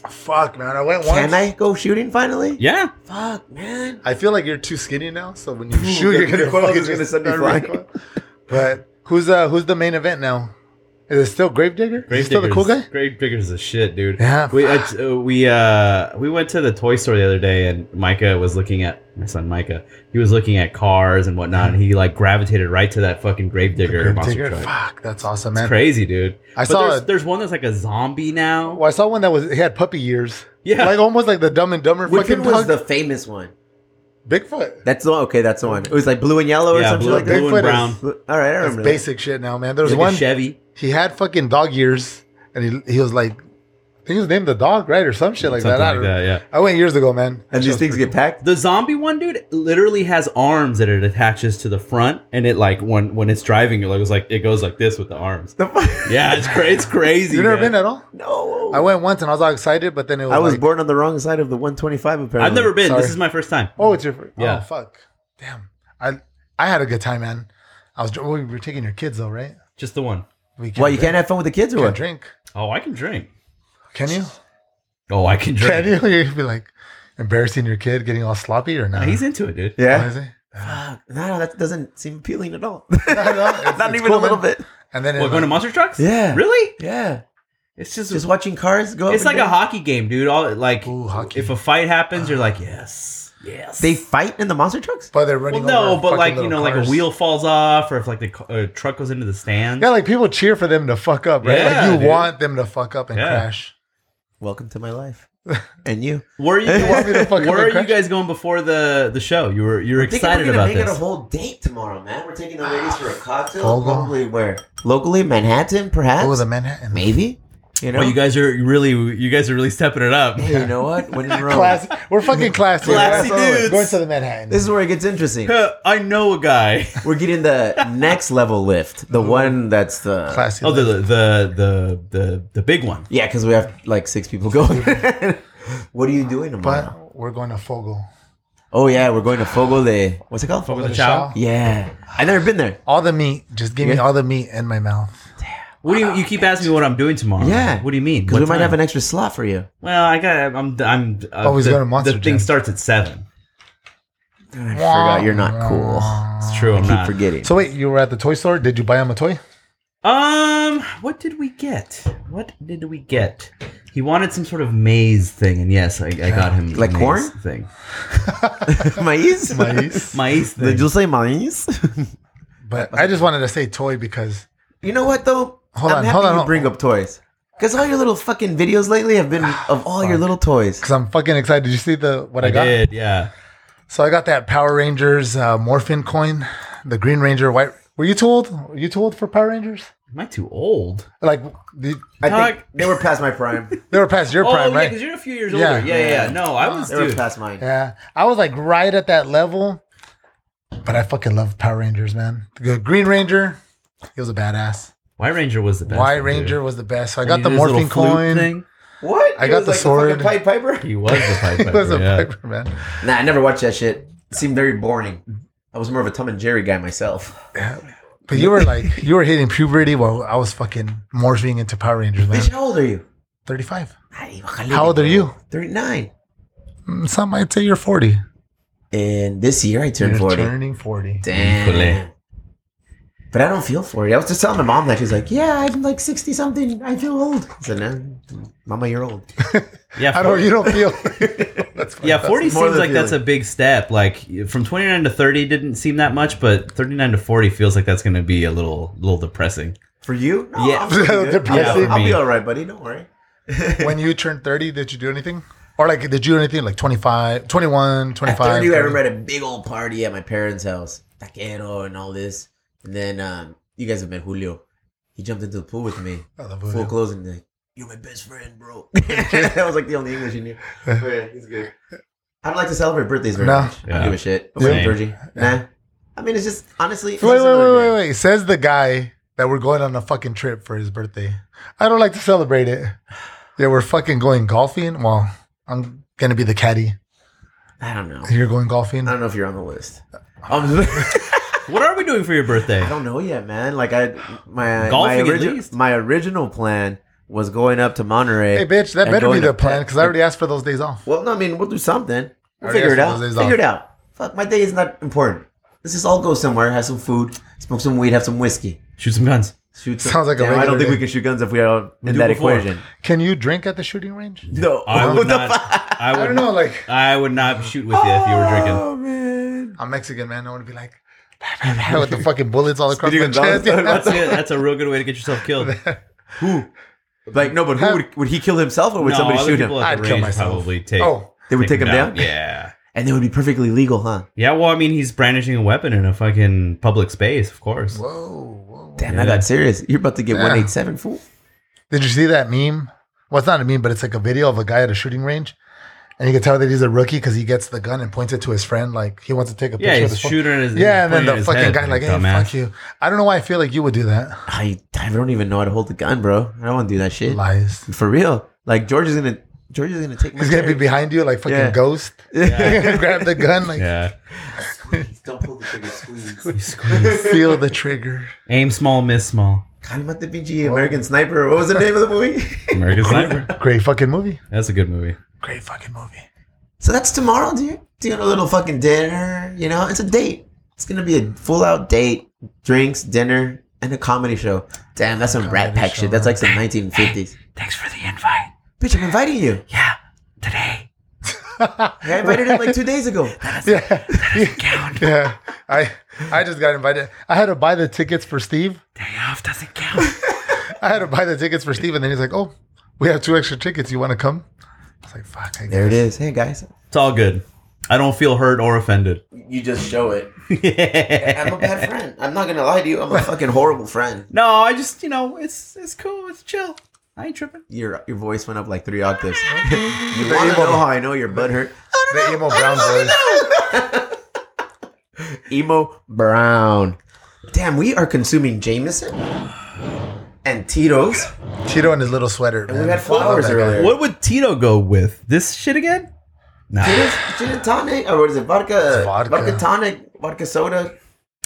S2: Fuck, man. I went once.
S1: Can I go shooting finally?
S3: Yeah.
S1: Fuck, man.
S2: I feel like you're too skinny now, so when you shoot,
S1: the- <laughs>
S2: you're gonna
S1: the quote
S2: fucking
S1: is gonna
S2: just
S1: send me
S2: start
S1: flying.
S2: recoil. But who's uh who's the main event now? Is it still Gravedigger? Is he still the cool guy?
S3: Grave diggers is shit, dude.
S2: Yeah.
S3: We I, uh, we uh we went to the toy store the other day, and Micah was looking at my son Micah. He was looking at cars and whatnot, and he like gravitated right to that fucking grave digger monster
S2: Gravedigger.
S3: truck.
S2: Fuck, that's awesome,
S3: It's
S2: man.
S3: crazy, dude.
S2: I
S3: But
S2: saw
S3: there's,
S2: a-
S3: there's one that's like a zombie now.
S2: Well, I saw one that was he had puppy ears.
S3: Yeah.
S2: like almost like the Dumb and Dumber
S1: Which
S2: fucking
S1: one was
S2: pug.
S1: the famous one?
S2: Bigfoot.
S1: That's the one. Okay, that's the one. It was like blue and yellow or
S3: yeah,
S1: something
S3: blue,
S1: like
S3: blue
S2: Bigfoot is-
S3: and brown.
S1: that. All right, I
S2: That's
S1: remember.
S2: basic shit now, man. There was
S3: Like
S2: one
S3: a Chevy.
S2: he had fucking dog ears, and he he was like, I think he was named the dog right or some shit like
S3: something
S2: that. I,
S3: like
S2: don't-
S3: that, yeah.
S2: I went years ago, man.
S1: That. And these
S2: Show's
S1: things
S2: pretty
S1: get packed.
S3: The zombie one, dude, literally has arms that it attaches to the front, and it like when when it's driving, it goes like it goes like this with the arms.
S1: The fuck?
S3: Yeah, it's
S2: <laughs>
S3: crazy. It's crazy.
S2: cool. You never
S3: man.
S2: been at all?
S1: <laughs> No.
S2: I went once and I was all excited, but then it was.
S1: I was
S2: like,
S1: born on the wrong side of the 125. Apparently,
S3: I've never been.
S2: Sorry.
S3: This is my first time.
S2: Oh, it's your. First.
S3: Yeah.
S2: Oh fuck. Damn. I I had a good time, man. I was. dr- We were taking your kids though, right?
S3: Just the one.
S2: We can't
S1: Well, you
S2: drink.
S1: can't have fun with the kids or
S2: Can't
S1: what?
S2: drink.
S3: Oh, I can drink.
S2: Can you?
S3: Oh, I can drink.
S2: Can you? <laughs> You'd be like embarrassing your kid, getting all sloppy or not?
S3: Nah, he's into it, dude.
S2: Oh,
S1: Yeah.
S2: is he?
S1: Fuck. No, that doesn't seem appealing at
S2: <laughs>
S1: all.
S2: No,
S1: <laughs>
S2: no, it's-
S1: Not
S2: it's
S1: even
S2: cool,
S1: a little
S2: man.
S1: bit.
S2: And then it
S3: What,
S2: like-
S3: going to monster trucks?
S1: Yeah.
S3: Really?
S1: Yeah.
S3: It's just,
S1: Just watching cars go. up
S3: it's
S1: and
S3: like a
S1: down.
S3: hockey game, dude. All like
S2: Ooh, hockey. Uh-huh.
S3: if a fight happens, you're like, yes, yes.
S1: They fight in the monster trucks.
S2: but they're running.
S3: well, no,
S2: over
S3: but
S2: fucking
S3: like you
S2: little
S3: know, like
S2: cars.
S3: a wheel falls off, or if like the ca- uh, truck goes into the stand.
S2: Yeah, like people cheer for them to fuck up, right?
S3: Yeah,
S2: like you
S3: dude.
S2: want them to fuck up and
S3: Yeah.
S2: crash.
S1: Welcome to my
S2: <laughs>
S1: life. And you.
S3: Where are you?
S1: You
S2: want me
S3: <laughs>
S2: to fucking
S3: where are you
S2: crash?
S3: guys going before the the show? You were you're excited
S1: we're
S3: about
S1: make it a
S3: this.
S1: whole date tomorrow, man. We're taking the
S3: <sighs>
S1: ladies for a cocktail.
S2: Vogel.
S1: Probably where? Locally, Manhattan, perhaps.
S2: What was a Manhattan?
S1: Maybe. You know,
S3: Well, you guys are really, you guys are really stepping it up.
S1: Hey, <laughs> you know what? When in
S3: <laughs>
S1: Rome,
S2: Class, we're fucking classy.
S3: Classy
S2: That's always-
S3: dudes.
S2: Going to the Manhattan.
S1: this is where it gets
S3: <laughs>
S1: interesting.
S3: Huh, I know a
S2: <laughs>
S3: guy.
S1: We're getting the next level lift, the one that's the
S2: classy.
S3: Oh, the the the the the, the big one.
S1: yeah, because we have like six people <laughs> going. what are you doing tomorrow?
S2: but we're going to Fogo.
S1: oh yeah, we're going to Fogo de what's it called?
S3: Fogo de
S2: The
S3: Chao.
S2: Chao.
S1: Yeah, I've never been there.
S2: All the meat. Just give me
S1: Yeah.
S2: all the meat in my mouth.
S3: What do you? You keep asking me what I'm doing tomorrow.
S1: Yeah.
S3: What do you mean?
S1: Because
S3: What
S1: we might
S3: time?
S1: have an extra slot for you.
S3: Well, I got. I'm. I'm. Uh,
S2: Oh, he's
S3: the,
S2: got a Monster
S3: The thing
S2: Jam.
S3: starts at seven.
S1: I forgot you're not cool.
S3: It's true. I'm
S1: Keep
S3: not.
S1: forgetting. <laughs>
S2: So wait, you were at the toy store. Did you buy him a
S3: <laughs>
S2: toy?
S3: Um, what did we get? What did we get? He wanted some sort of maize thing, and yes, I, I got him
S1: Like
S3: a maize
S1: corn?
S3: thing.
S1: maize,
S2: Nice.
S3: Maize thing.
S1: <laughs> Did you say maize?
S2: but I just wanted to say toy because
S1: You know what though?
S2: Hold
S1: I'm
S2: on,
S1: happy
S2: hold on,
S1: you
S2: hold-
S1: bring up toys. Because all your little fucking videos lately have been of all your little toys.
S2: because I'm fucking excited. Did you see the what I,
S3: I
S2: got?
S3: did. Yeah.
S2: So I got that Power Rangers uh, Morphin coin, the Green Ranger white. Were you told? Were you told for Power Rangers?
S3: Am I too old?
S2: Like the,
S1: I
S3: Dog.
S1: think they were past my prime.
S2: they were past your
S3: oh,
S2: prime,
S3: yeah,
S2: right?
S3: because you're a few years
S2: Yeah.
S3: older. Yeah, yeah, yeah. No, I was.
S1: they were
S3: Dude,
S1: past mine.
S2: Yeah, I was like right at that level, but I fucking love Power Rangers, man. The Green Ranger, he was a badass.
S3: White Ranger was the best.
S2: White
S3: one,
S2: Ranger
S3: dude.
S2: was the best. So I
S3: And
S2: got
S3: he
S2: the
S3: did his little
S2: morphine
S3: flute
S2: coin. <laughs>
S3: thing.
S1: What?
S2: I
S1: It
S2: got
S1: was
S2: the
S1: fucking
S2: sword.
S1: Pied Piper.
S3: He was the
S2: <laughs>
S3: Pied
S2: He
S3: Piper.
S2: was a
S3: yeah.
S2: Piper, man.
S1: Nah, I never watched that shit. Seemed very boring. I was more of a Tom and Jerry guy myself.
S2: But you were like, you were hitting puberty while I was fucking morphing into Power Rangers, man.
S1: Bitch,
S3: <laughs>
S1: how old are you?
S2: 35.
S1: Ay, ojalá.
S2: How old are you?
S1: 39.
S2: Mm, Some might say you're 40.
S1: And this year I turned
S2: You're
S1: 40.
S2: turning 40.
S1: Damn. But I don't feel 40. I was just telling my mom that. She's like, yeah, I'm like 60 something. I feel old. I said, nah, mama, you're old.
S3: Yeah.
S2: I don't, you don't feel. That's fine.
S3: yeah,
S1: more
S3: 40 seems
S1: the
S3: like that's a
S1: feeling.
S3: big step. Like from 29 to 30 didn't seem that much, but 39 to 40 feels like that's going to be a little
S2: <laughs>
S3: little depressing.
S1: For you? No,
S3: Yeah.
S1: I'm pretty good.
S2: Depressing.
S1: I'll- I'll be
S3: Me.
S1: all right, buddy. Don't worry.
S2: When you turned 30, did you do anything? Or like, did you do anything like 25, 21, 25?
S1: After I knew
S2: 30?
S1: everybody had a big old party at my parents' house, taquero and all this. And then um, you guys have met Julio. He jumped into the pool with me,
S2: I love
S1: full
S2: Julio.
S1: clothes, and he's like, "You're my best friend, <laughs> bro." that was like the only English he
S2: <laughs>
S1: knew. But Oh, yeah, he's good. I don't like to celebrate birthdays very
S2: No.
S1: much. I don't
S3: Yeah.
S1: give a shit.
S3: Yeah.
S1: Same. Virgie. Nah. I mean, it's just honestly. it's
S2: Wait,
S1: just
S2: wait,
S1: another
S2: wait,
S1: day.
S2: wait, wait. Says the guy that we're going on a fucking trip for his birthday. I don't like to celebrate it. Yeah, we're fucking going golfing. Well, I'm gonna be the caddy.
S1: I don't know.
S2: You're going golfing.
S1: I don't know if you're on the list.
S2: <laughs>
S1: <laughs> Um,
S3: What are we doing for your birthday?
S1: I don't know yet, man. Like I, my
S3: Golfing
S1: my,
S3: at
S1: origi-
S3: least.
S1: my original plan was going up to Monterey.
S2: Hey, bitch, that
S1: and
S2: better be
S1: going
S2: the
S1: to-
S2: plan because I already asked for those days off.
S1: Well, no, I mean, we'll do something. We'll
S2: Already
S1: figure it
S2: asked
S1: out.
S2: for those days
S1: Figure it out. Fuck, my day is not important. Let's just all go somewhere, have some food, smoke some weed, have some whiskey.
S3: Shoot some guns.
S1: Shoot some.
S2: Sounds like a
S1: Damn, I don't
S2: regular
S1: think we
S2: day.
S1: can shoot guns if we are in
S3: do
S1: that
S3: before.
S1: equation.
S2: Can you drink at the shooting range?
S1: No.
S3: I
S1: What
S3: would
S1: the
S3: not.
S1: fuck?
S3: I would.
S2: I don't know. Like,
S3: I would not shoot with you if you were
S2: <laughs>
S3: drinking.
S1: Oh, man.
S2: I'm Mexican, man. I want to be like <laughs> with the fucking bullets all across my
S1: Speedy
S2: chest.
S1: Gonzales.
S3: <laughs> That's it. That's a real good way to get
S2: <laughs>
S3: yourself killed.
S1: Who? Like, no, but who would, would he kill himself or would
S3: No,
S1: somebody
S3: other
S1: shoot him?
S3: people at the
S2: I'd kill
S3: range
S2: myself.
S3: Probably take.
S2: Oh,
S1: They would take him down?
S3: Yeah.
S1: And they would be perfectly legal, huh?
S3: Yeah. Well, I mean, he's brandishing a weapon in a fucking public space, of course.
S2: whoa, whoa.
S1: Damn, I
S3: Yeah.
S1: got serious. You're about to get
S2: Yeah.
S1: 187, fool.
S2: Did you see that meme? Well, it's not a meme, but it's like a video of a guy at a shooting range, and you can tell that he's a rookie because he gets the gun and points it to his friend, like he wants to take a picture.
S3: Yeah,
S2: with
S3: he's
S2: his phone.
S3: shooting. His,
S2: Yeah, and then
S3: pointing
S2: the
S3: his
S2: fucking
S3: head,
S2: guy like, hey,
S3: dumbass.
S2: fuck you. I don't know why I feel like you would do that.
S1: I, I don't even know how to hold the gun, bro. I don't want to do that shit.
S2: Lies.
S1: For real. Like, George is going to. George is gonna take my
S2: He's gonna be
S1: carry.
S2: behind you like fucking
S1: Yeah.
S3: <laughs>
S2: ghost. <laughs> Grab the gun, like
S3: Yeah.
S1: Don't pull the trigger, squeeze.
S3: You squeeze.
S2: feel the trigger.
S3: Aim small, miss small.
S1: Calmate pinche American Sniper. What was the name of the movie?
S2: <laughs>
S3: American Sniper.
S2: Great fucking movie.
S3: That's a good movie.
S2: Great fucking movie. <laughs>
S1: so that's tomorrow, dude. Doing a little fucking dinner. You know, it's a date. It's gonna be a full out date. Drinks, dinner, and a comedy show. Damn, that's some Rat
S2: Comedy
S1: Pack
S2: show,
S1: shit. That's like some 1950s.
S4: Thanks for the invite.
S1: Bitch, I'm inviting you.
S4: Yeah, today.
S1: I invited him like two days ago.
S2: <laughs> Yeah. <laughs> yeah. I I just got invited. I had to buy the tickets for Steve.
S4: Day off doesn't count.
S2: <laughs> I had to buy the tickets for Steve, and then he's like, Oh, we have two extra tickets. You wanna come? I was like, fuck, I
S1: There
S2: guess.
S1: it is. Hey guys,
S3: It's all good. I don't feel hurt or offended. <laughs>
S1: you just show it. I'm
S3: no,
S1: a bad friend. I'm not gonna lie to you. I'm a fucking horrible friend.
S3: I just you know it's it's cool. It's chill. I ain't tripping.
S1: Your your voice went up like three octaves. <laughs> you
S2: The
S1: want to
S2: emo-
S1: know how I know your butt hurt?
S2: The emo brown voice.
S1: Emo Brown. Damn, we are consuming Jameson and Tito's.
S2: Cheeto in his little sweater.
S1: And we
S2: man.
S1: had flowers
S2: I love that
S1: earlier.
S2: guy.
S3: What would Tito go with? This shit again? Nah.
S1: Gin and, gin and tonic, or what is it? Vodka,
S2: It's vodka.
S1: vodka tonic, vodka soda.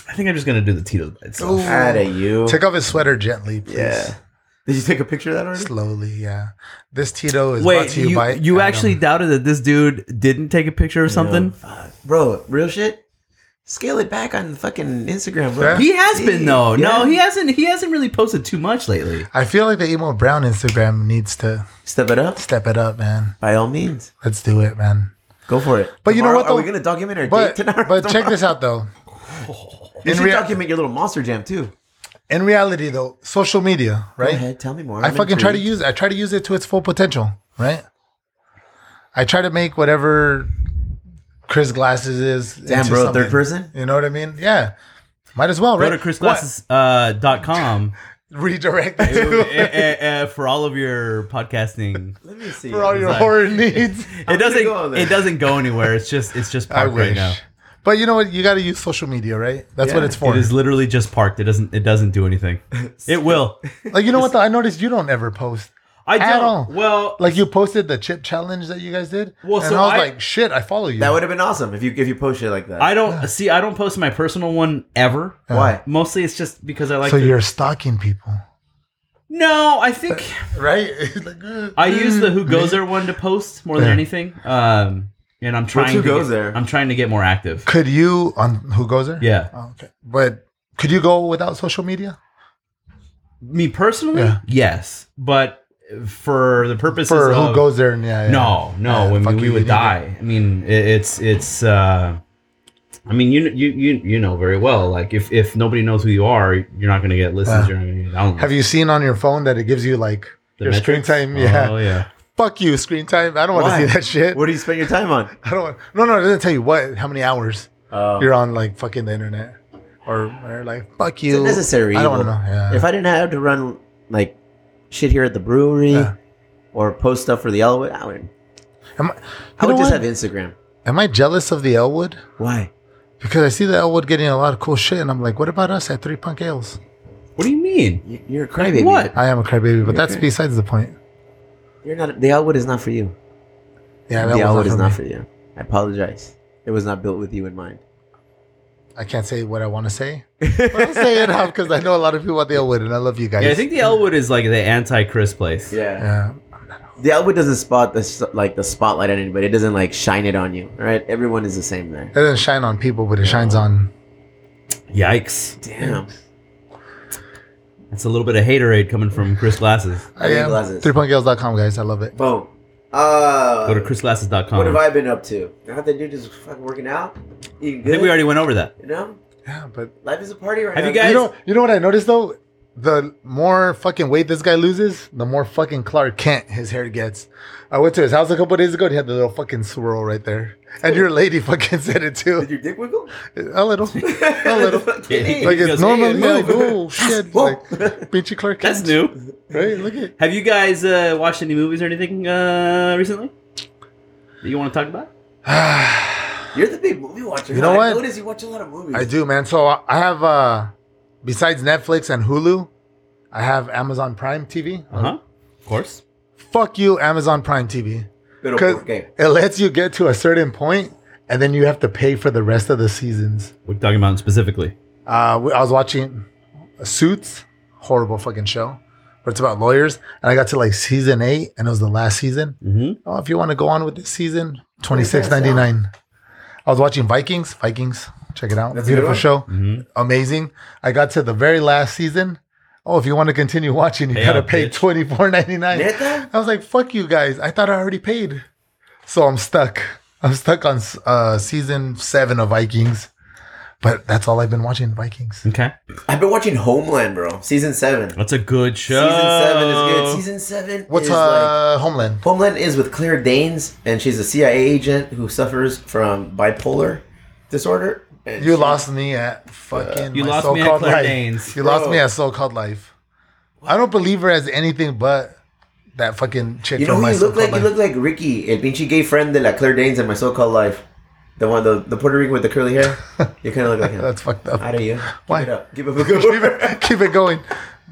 S3: I think I'm just gonna do the Tito by itself.
S2: Ooh.
S1: Out of you.
S2: Take off his sweater gently, please.
S1: yeah. Did you take a picture of that already?
S2: Slowly, yeah. This Tito is brought
S3: Wait,
S2: to you,
S3: you,
S2: by.
S3: you
S2: Adam.
S3: actually doubted that this dude didn't take a picture or something?
S1: Yeah. Bro, real shit? Scale it back on fucking Instagram, bro.
S2: Yeah.
S3: He has been though. No,
S1: Yeah.
S3: he hasn't. He hasn't really posted too much lately.
S2: I feel like the emo brown Instagram needs to
S1: Step it up.
S2: step it up, man.
S1: By all means.
S2: Let's do it, man.
S1: Go for it.
S2: But you know
S1: Tomorrow-
S2: what,
S1: Are we
S2: though?
S1: going to document our
S2: But
S1: date tonight? <laughs>
S2: but check this out though.
S1: You
S2: In,
S1: should
S2: rea-
S1: document your little monster jam, too.
S2: in reality though, social media,
S1: Go
S2: right?
S1: ahead. Tell me more.
S2: I
S1: I'm
S2: fucking try to
S1: intrigued.
S2: use I try to use it to its full potential, right? I try to make whatever Chris Glasses is.
S1: Damn,
S2: into
S1: bro.
S2: something.
S1: Third person?
S2: You know what I mean? Yeah. Might as well,
S3: Go
S2: right?
S3: to uh, chrisglasses.com
S2: <laughs> What? Redirect
S3: Eh,
S2: it <laughs> to
S3: for all of your
S2: <laughs>
S3: podcasting.
S1: Let me see.
S2: for all your
S3: Sorry.
S2: horror needs.
S3: It doesn't.
S1: go on there.
S3: It doesn't go anywhere. It's just.
S1: <laughs>
S3: It's just
S2: I
S3: parked
S2: wish.
S3: right now.
S2: But you know what? You got to use social media, right? That's what
S1: Yeah.
S2: it's for.
S3: It is literally just parked. It doesn't. It doesn't
S1: <laughs>
S3: do anything. It will.
S2: Like you know what? Though? I noticed you don't ever post.
S3: I
S2: At
S3: don't.
S2: all.
S3: Well,
S2: Like you posted the chip challenge that you guys did.
S3: Well,
S2: and
S3: so
S2: I was
S3: I-
S2: like, shit, I follow you.
S1: That would have been awesome if you if you post shit like that.
S3: I don't see. I don't post my personal one ever.
S1: Why?
S3: Mostly, it's just because I like.
S2: so
S3: to-
S2: you're stalking people,
S3: No, I think
S2: right? Like, uh,
S3: I use the Who Goes There one to post more than
S2: Yeah.
S3: anything. Um, and I'm trying.
S1: Who
S3: to
S1: Goes
S3: get-
S1: There?
S3: I'm trying to get more active.
S2: Could you on Who Goes There?
S3: Yeah.
S2: Oh, okay. But could you go without social media?
S3: Me personally,
S2: Yeah.
S3: yes, but for the purposes
S2: For
S3: of,
S1: uh,
S2: Who Goes There? Yeah. yeah.
S3: No, no.
S2: Yeah,
S3: I
S2: fuck
S3: mean, we
S2: you,
S3: would
S2: you
S3: die. I mean, i- it's it's. uh I mean, you you you you know very well. Like, if if nobody knows who you are, you're not going to get listens.
S2: Yeah.
S3: You're not going to get downloads.
S2: Have you seen on your phone that it gives you like
S3: The
S2: your screen
S3: metrics?
S2: time? Yeah.
S3: Oh yeah.
S2: Fuck you, screen time. I don't want to
S1: Why?
S2: see that <laughs> shit.
S1: What do you spend your time on?
S2: I don't. Want, no, no. It doesn't tell you what, how many hours
S1: Oh.
S2: you're on like fucking the internet, or, or like fuck you.
S1: It's a necessary
S2: I don't
S1: evil.
S2: know. Yeah.
S1: If I didn't have to run like shit here at the brewery
S2: Yeah.
S1: or post stuff for the Elwood, I would.
S2: Am
S1: I
S2: I, you know
S1: would just
S2: what?
S1: have Instagram.
S2: Am I jealous of the Elwood?
S1: Why?
S2: Because I see the Elwood getting a lot of cool shit, and I'm like, what about us at Three Punk Ales?
S3: What do you mean?
S1: You- You're a crybaby.
S3: What?
S2: I am a crybaby, but that's
S1: Okay.
S2: besides the point.
S1: You're not. The Elwood is not for you.
S2: Yeah, that
S1: the Elwood
S2: was
S1: is
S2: not
S1: not for
S2: for me.
S1: you. I apologize. It was not built with you in mind.
S2: I can't say what I want to say. But I'll say it out because I know a lot of people at the Elwood, and I love you guys.
S3: Yeah, I think the Elwood is like the anti-Chris
S1: <laughs>
S3: place.
S2: Yeah.
S1: The Elwood doesn't spot the s- like the spotlight on anybody. It doesn't like shine it on you. All right. Everyone is the same there.
S2: It doesn't shine on people, but it shines on.
S3: Yikes!
S1: Damn.
S3: That's a little bit of haterade coming from Chris Glasses.
S1: I
S2: I
S1: need
S2: am.
S1: glasses.
S2: 3punkgirls.com, guys. I love it.
S1: Boom. Uh,
S3: Go to chrisglasses.com.
S1: what have I been up to? Nothing, dude. Just fucking working out, eating
S3: I
S1: good.
S3: think we already went over that.
S1: you know,
S2: Yeah, but
S1: life is a party right
S3: Have
S1: now.
S3: you guys-
S2: you know, you know what I noticed though? The more fucking weight this guy loses, the more fucking Clark Kent his hair gets. I went to his house a couple days ago and he had the little fucking swirl right there. And your lady fucking <laughs> said
S1: Did
S2: it too.
S1: your dick wiggle?
S2: A little. A
S1: <laughs>
S2: little.
S1: Kidding.
S2: Like it's
S3: goes,
S2: normal.
S3: "Hey,
S2: yeah, like,
S3: move."
S2: oh
S3: <laughs>
S2: shit. Like bitchy Clark Kent.
S3: That's new.
S2: Right? Look at
S3: Have you guys uh, watched any movies or anything uh, recently that you want to talk about?
S1: <laughs>
S3: <sighs>
S1: You're the big movie watcher.
S2: You know
S1: huh? I
S2: what?
S1: notice you watch a lot of movies.
S2: I do, man. So I I have uh besides Netflix and Hulu, I have Amazon Prime TV.
S1: Um,
S3: Uh huh. Of course.
S2: Fuck you, Amazon Prime TV.
S1: Pero
S2: Because
S1: por qué?
S2: it lets you get to a certain point, and then you have to pay for the rest of the seasons.
S3: We're talking about specifically.
S2: Uh, we- I was watching Suits, horrible fucking show, but it's about lawyers. And I got to like season eight, and it was the last season.
S3: Mm-hmm.
S2: Oh, if you want to go on with this season, twenty
S1: does that
S2: six ninety nine. I was watching Vikings. Vikings, check it out.
S1: That's a good
S2: Beautiful
S1: one.
S2: show,
S3: Mm-hmm.
S2: amazing. I got to the very last season. Oh, if you want to continue watching, you
S3: Pay
S2: gotta
S3: up,
S2: pay
S3: bitch.
S2: twenty four ninety nine.
S1: Neta?
S2: I was like, fuck you guys. I thought I already paid. So I'm stuck. I'm stuck on uh, season seven of Vikings. But that's all I've been watching Vikings.
S3: Okay.
S1: I've been watching Homeland, bro. Season seven.
S3: That's a good show.
S1: Season seven is good. Season seven.
S2: What's
S1: is like,
S2: uh, Homeland?
S1: Homeland is with Claire Danes, and she's a CIA agent who suffers from bipolar disorder. And
S2: You
S1: she-
S2: lost me at fucking
S3: You
S2: my
S3: lost me at
S2: so-called
S3: Claire
S2: life.
S3: Danes.
S2: You lost
S1: Bro.
S2: me at so-called life. I don't believe her as anything but that fucking chick.
S1: You know
S2: from
S1: who
S2: my
S1: you look like?
S2: so-called
S1: You
S2: life.
S1: look like Ricky, el pinche gay friend de la Claire Danes in my so-called life. The one, the, the Puerto Rican with the curly
S2: <laughs>
S1: hair. You kind of look like him.
S2: That's fucked up.
S1: How do you?
S2: Why?
S1: Give it up. Give up a good one.
S2: <laughs> Keep it going.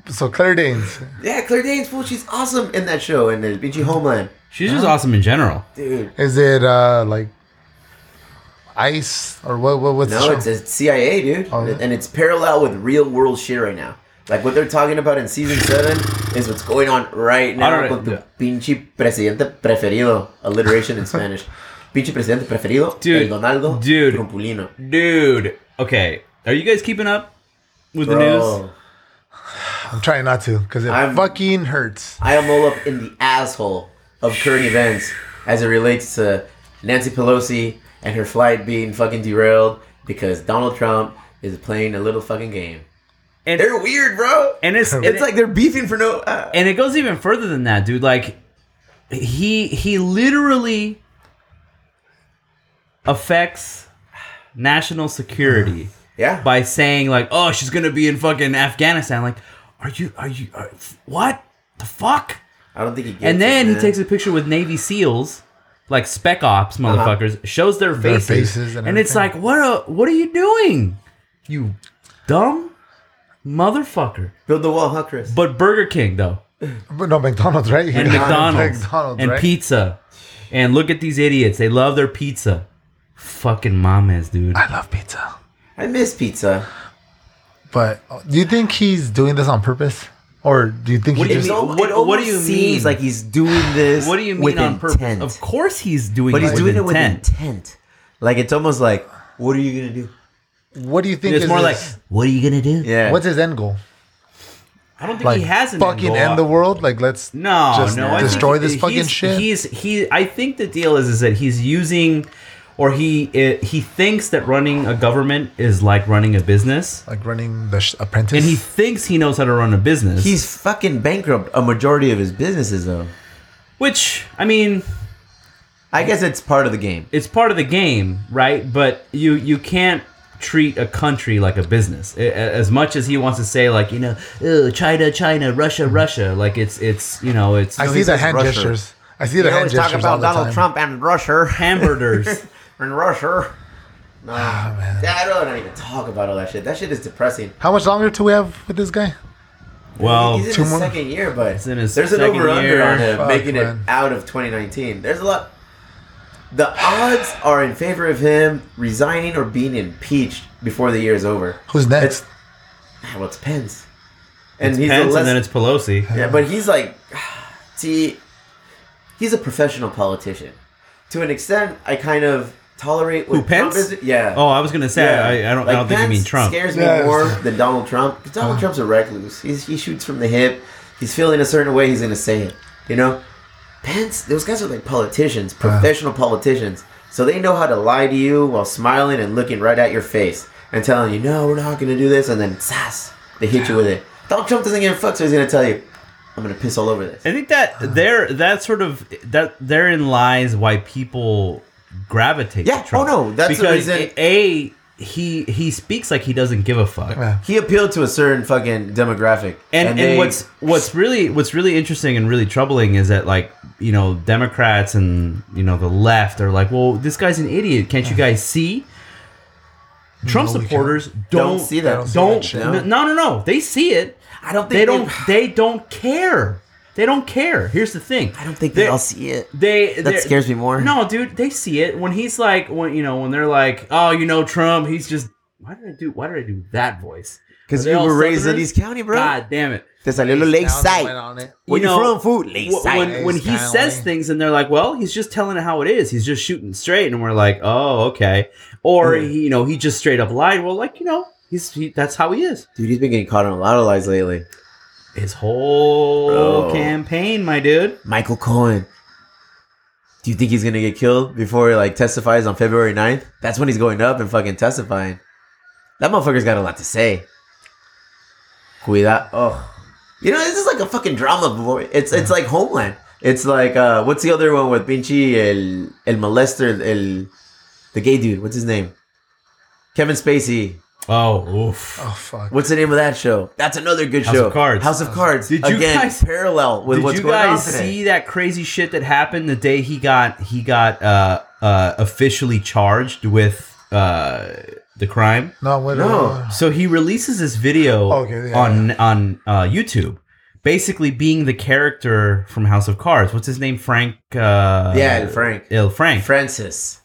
S2: So Claire Danes,
S1: Yeah, Claire Danes, fool, she's awesome in that show and El pinche Homeland.
S3: She's just awesome in general.
S1: Dude,
S2: is it uh like ICE or what? what what's
S1: no,
S2: the show?
S1: it's, it's CIA, dude.
S2: Oh, yeah.
S1: And it's parallel with real world shit right now. Like what they're talking about in season seven is what's going on right now
S3: Alright,
S1: with the
S3: yeah.
S1: pinche presidente preferido. Alliteration in
S3: <laughs>
S1: Spanish. Pinche presidente preferido.
S3: Dude,
S1: el Donaldo.
S3: dude.
S1: Trumpulino.
S3: Dude, okay. Are you guys keeping up with the news?
S1: Bro,
S2: I'm trying not to because it
S1: I'm-
S2: fucking hurts.
S1: I am all up in the asshole of current events as it relates to Nancy Pelosi and her flight being fucking derailed because Donald Trump is playing a little fucking game.
S3: And
S1: They're weird, bro.
S3: and it's and
S1: <laughs> It's like they're beefing for no. Uh,
S3: and it goes even further than that, dude. Like he he literally affects national
S1: <sighs>
S3: security
S1: yeah.
S3: by saying like, "Oh, she's gonna be in fucking Afghanistan." Like, are you are you are, what the fuck?
S1: I don't think he gets
S3: And then
S1: it,
S3: he
S1: man.
S3: takes a picture with Navy SEALs, like Spec Ops motherfuckers, shows their
S2: Their
S3: faces,
S2: faces and
S3: and, it's like,
S2: everything.
S3: what? A, what are you doing, you dumb motherfucker?
S1: Build the wall, huh, Chris?
S3: But Burger King though,
S2: But no McDonald's, right? <laughs>
S3: and McDonald's,
S2: McDonald's,
S3: and
S2: right?
S3: pizza, and look at these idiots. They love their pizza. Fucking mamas, dude.
S2: I love pizza.
S1: I miss pizza.
S2: But uh, do you think he's doing this on purpose, or do you think
S3: What
S2: he
S3: do you
S2: just?
S3: mean?
S1: al-
S3: what-
S1: it
S3: what do
S1: almost
S3: you
S1: seems
S3: mean?
S1: like he's doing this.
S3: What do you mean
S1: with
S3: on purpose?
S1: intent.
S3: Of course he's doing,
S1: but he's
S3: it,
S1: doing
S3: with
S1: it with
S3: intent.
S1: intent. Like it's almost like, what are you gonna do?
S2: What do you think?
S3: It's
S2: is
S3: more like,
S2: his-
S3: what are you gonna do?
S1: Yeah.
S2: what's his end goal?
S3: I don't think
S2: Like
S3: he has an
S2: fucking
S3: end, goal.
S2: end the world? Like let's
S3: No,
S2: just
S3: no. I think
S2: destroy this
S3: he's-
S2: fucking shit.
S3: He's he. I think the deal is is that he's using, or he it, he thinks that running a government is like running a business,
S2: like running the sh- apprentice.
S3: and he thinks he knows how to run a business.
S1: He's fucking bankrupt a majority of his businesses though.
S3: which I mean,
S1: I guess it's part of the game.
S3: it's part of the game, right? But you you can't treat a country like a business A- a- as much as he wants to say like you know "Ugh, china china russia russia like it's it's you know it's
S2: I
S1: No,
S2: see
S1: he
S2: the
S1: says
S2: hand
S1: Russia.
S2: gestures. I see the hand gestures all the time.
S1: and Russia <laughs>
S2: <laughs>
S3: hamburgers
S1: and Russia. Nah,
S3: Ah,
S1: Yeah, I don't, I don't even talk about all that shit. That shit is depressing.
S2: How much longer do we have with this guy?
S3: well
S1: he's in
S2: two
S1: his
S2: more-
S1: second year, but
S3: in his
S1: there's an
S3: second
S1: over under
S3: year.
S1: on him
S2: Fuck,
S1: making
S2: man.
S1: it out of 2019. There's a lot. The odds are in favor of him resigning or being impeached before the year is over. <sighs>
S2: Who's next?
S1: It's, Ah, well, it's Pence, and he's a
S3: Pence
S1: less,
S3: and then it's pelosi
S1: yeah, but he's like, <sighs> see, he's a professional politician. To an extent, I kind of tolerate what
S3: Who, Pence?
S1: Trump is. Yeah.
S3: Oh, I was gonna say I, I don't.
S1: Like,
S3: I don't think you
S1: Pence
S3: mean Trump.
S1: Scares me
S2: Yeah.
S1: more than Donald Trump. 'Cause Donald Trump's a recluse. He's, he shoots from the hip. He's feeling a certain way. He's gonna say it. You know, Pence. Those guys are like politicians, professional politicians. So they know how to lie to you while smiling and looking right at your face and telling you, "No, we're not gonna do this," and then sass, they hit you with it. Donald Trump doesn't give a fuck, so he's gonna tell you, "I'm gonna piss all over this."
S3: I think <sighs> that there that sort of that therein lies why people gravitate.
S1: Yeah,
S3: To Trump.
S1: oh no, that's the
S3: because
S1: reason-
S3: A he he speaks like he doesn't give a fuck.
S2: Yeah.
S1: He appealed to a certain fucking demographic,
S3: And, and,
S1: they-
S3: what's what's really what's really interesting and really troubling is that like you know Democrats and you know the left are like, well, this guy's an idiot. Can't you guys see? Trump
S2: No, we can't.
S3: supporters
S1: don't,
S3: don't,
S1: see that.
S2: don't see
S3: don't
S2: that shit.
S3: no. no no no they see it.
S1: I don't think
S3: they don't they don't care. They don't care. Here's the thing.
S1: I don't think they
S3: They-
S1: all see it.
S3: They
S1: That scares me more.
S3: No, dude, they see it when he's like when you know when they're like, oh, you know, Trump. He's just why did I do why did I do that voice?
S1: Because
S3: Are they
S1: you
S3: all
S1: were raised in
S3: Southerners?
S1: East County, bro.
S3: God damn it!
S1: Te salió lo
S2: Went
S1: Lakeside.
S2: on it.
S1: Where you,
S3: You
S1: from,
S3: know,
S1: food?
S3: Wh-
S1: Lakeside.
S3: When when he
S2: Skyline.
S3: says things and they're like, well, he's just telling it how it is. He's just shooting straight, and we're like, oh, okay. Or
S1: Mhm.
S3: he, you know, he just straight up lied. Well, like you know, he's he, that's how he is.
S1: Dude, he's been getting caught on a lot of lies lately.
S3: His whole
S1: Bro.
S3: campaign, my dude.
S1: Michael Cohen. Do you think he's gonna get killed before he like testifies on February 9th? That's when he's going up and fucking testifying. That motherfucker's got a lot to say. Cuida. Oh. You know, this is like a fucking drama boy. It's it's like Homeland. It's like uh what's the other one with Vinci el el molester el the gay dude, what's his name? Kevin Spacey.
S3: Oh, oof.
S2: Oh fuck.
S1: What's the name of that show? That's another good
S3: House
S1: show.
S3: of Cards.
S1: House of Cards.
S3: Did you
S1: Again,
S3: guys-
S1: parallel with
S3: Did
S1: what's
S3: you
S1: going
S3: guys
S1: on today.
S3: see that crazy shit that happened the day he got he got uh, uh, officially charged with uh, the crime?
S2: No, uh, wait,
S1: No.
S3: So he releases this video
S2: Okay, yeah,
S3: on on uh, YouTube, basically being the character from House of Cards. What's his name? Frank. Uh,
S1: Yeah, Frank.
S3: Il Frank.
S1: Francis.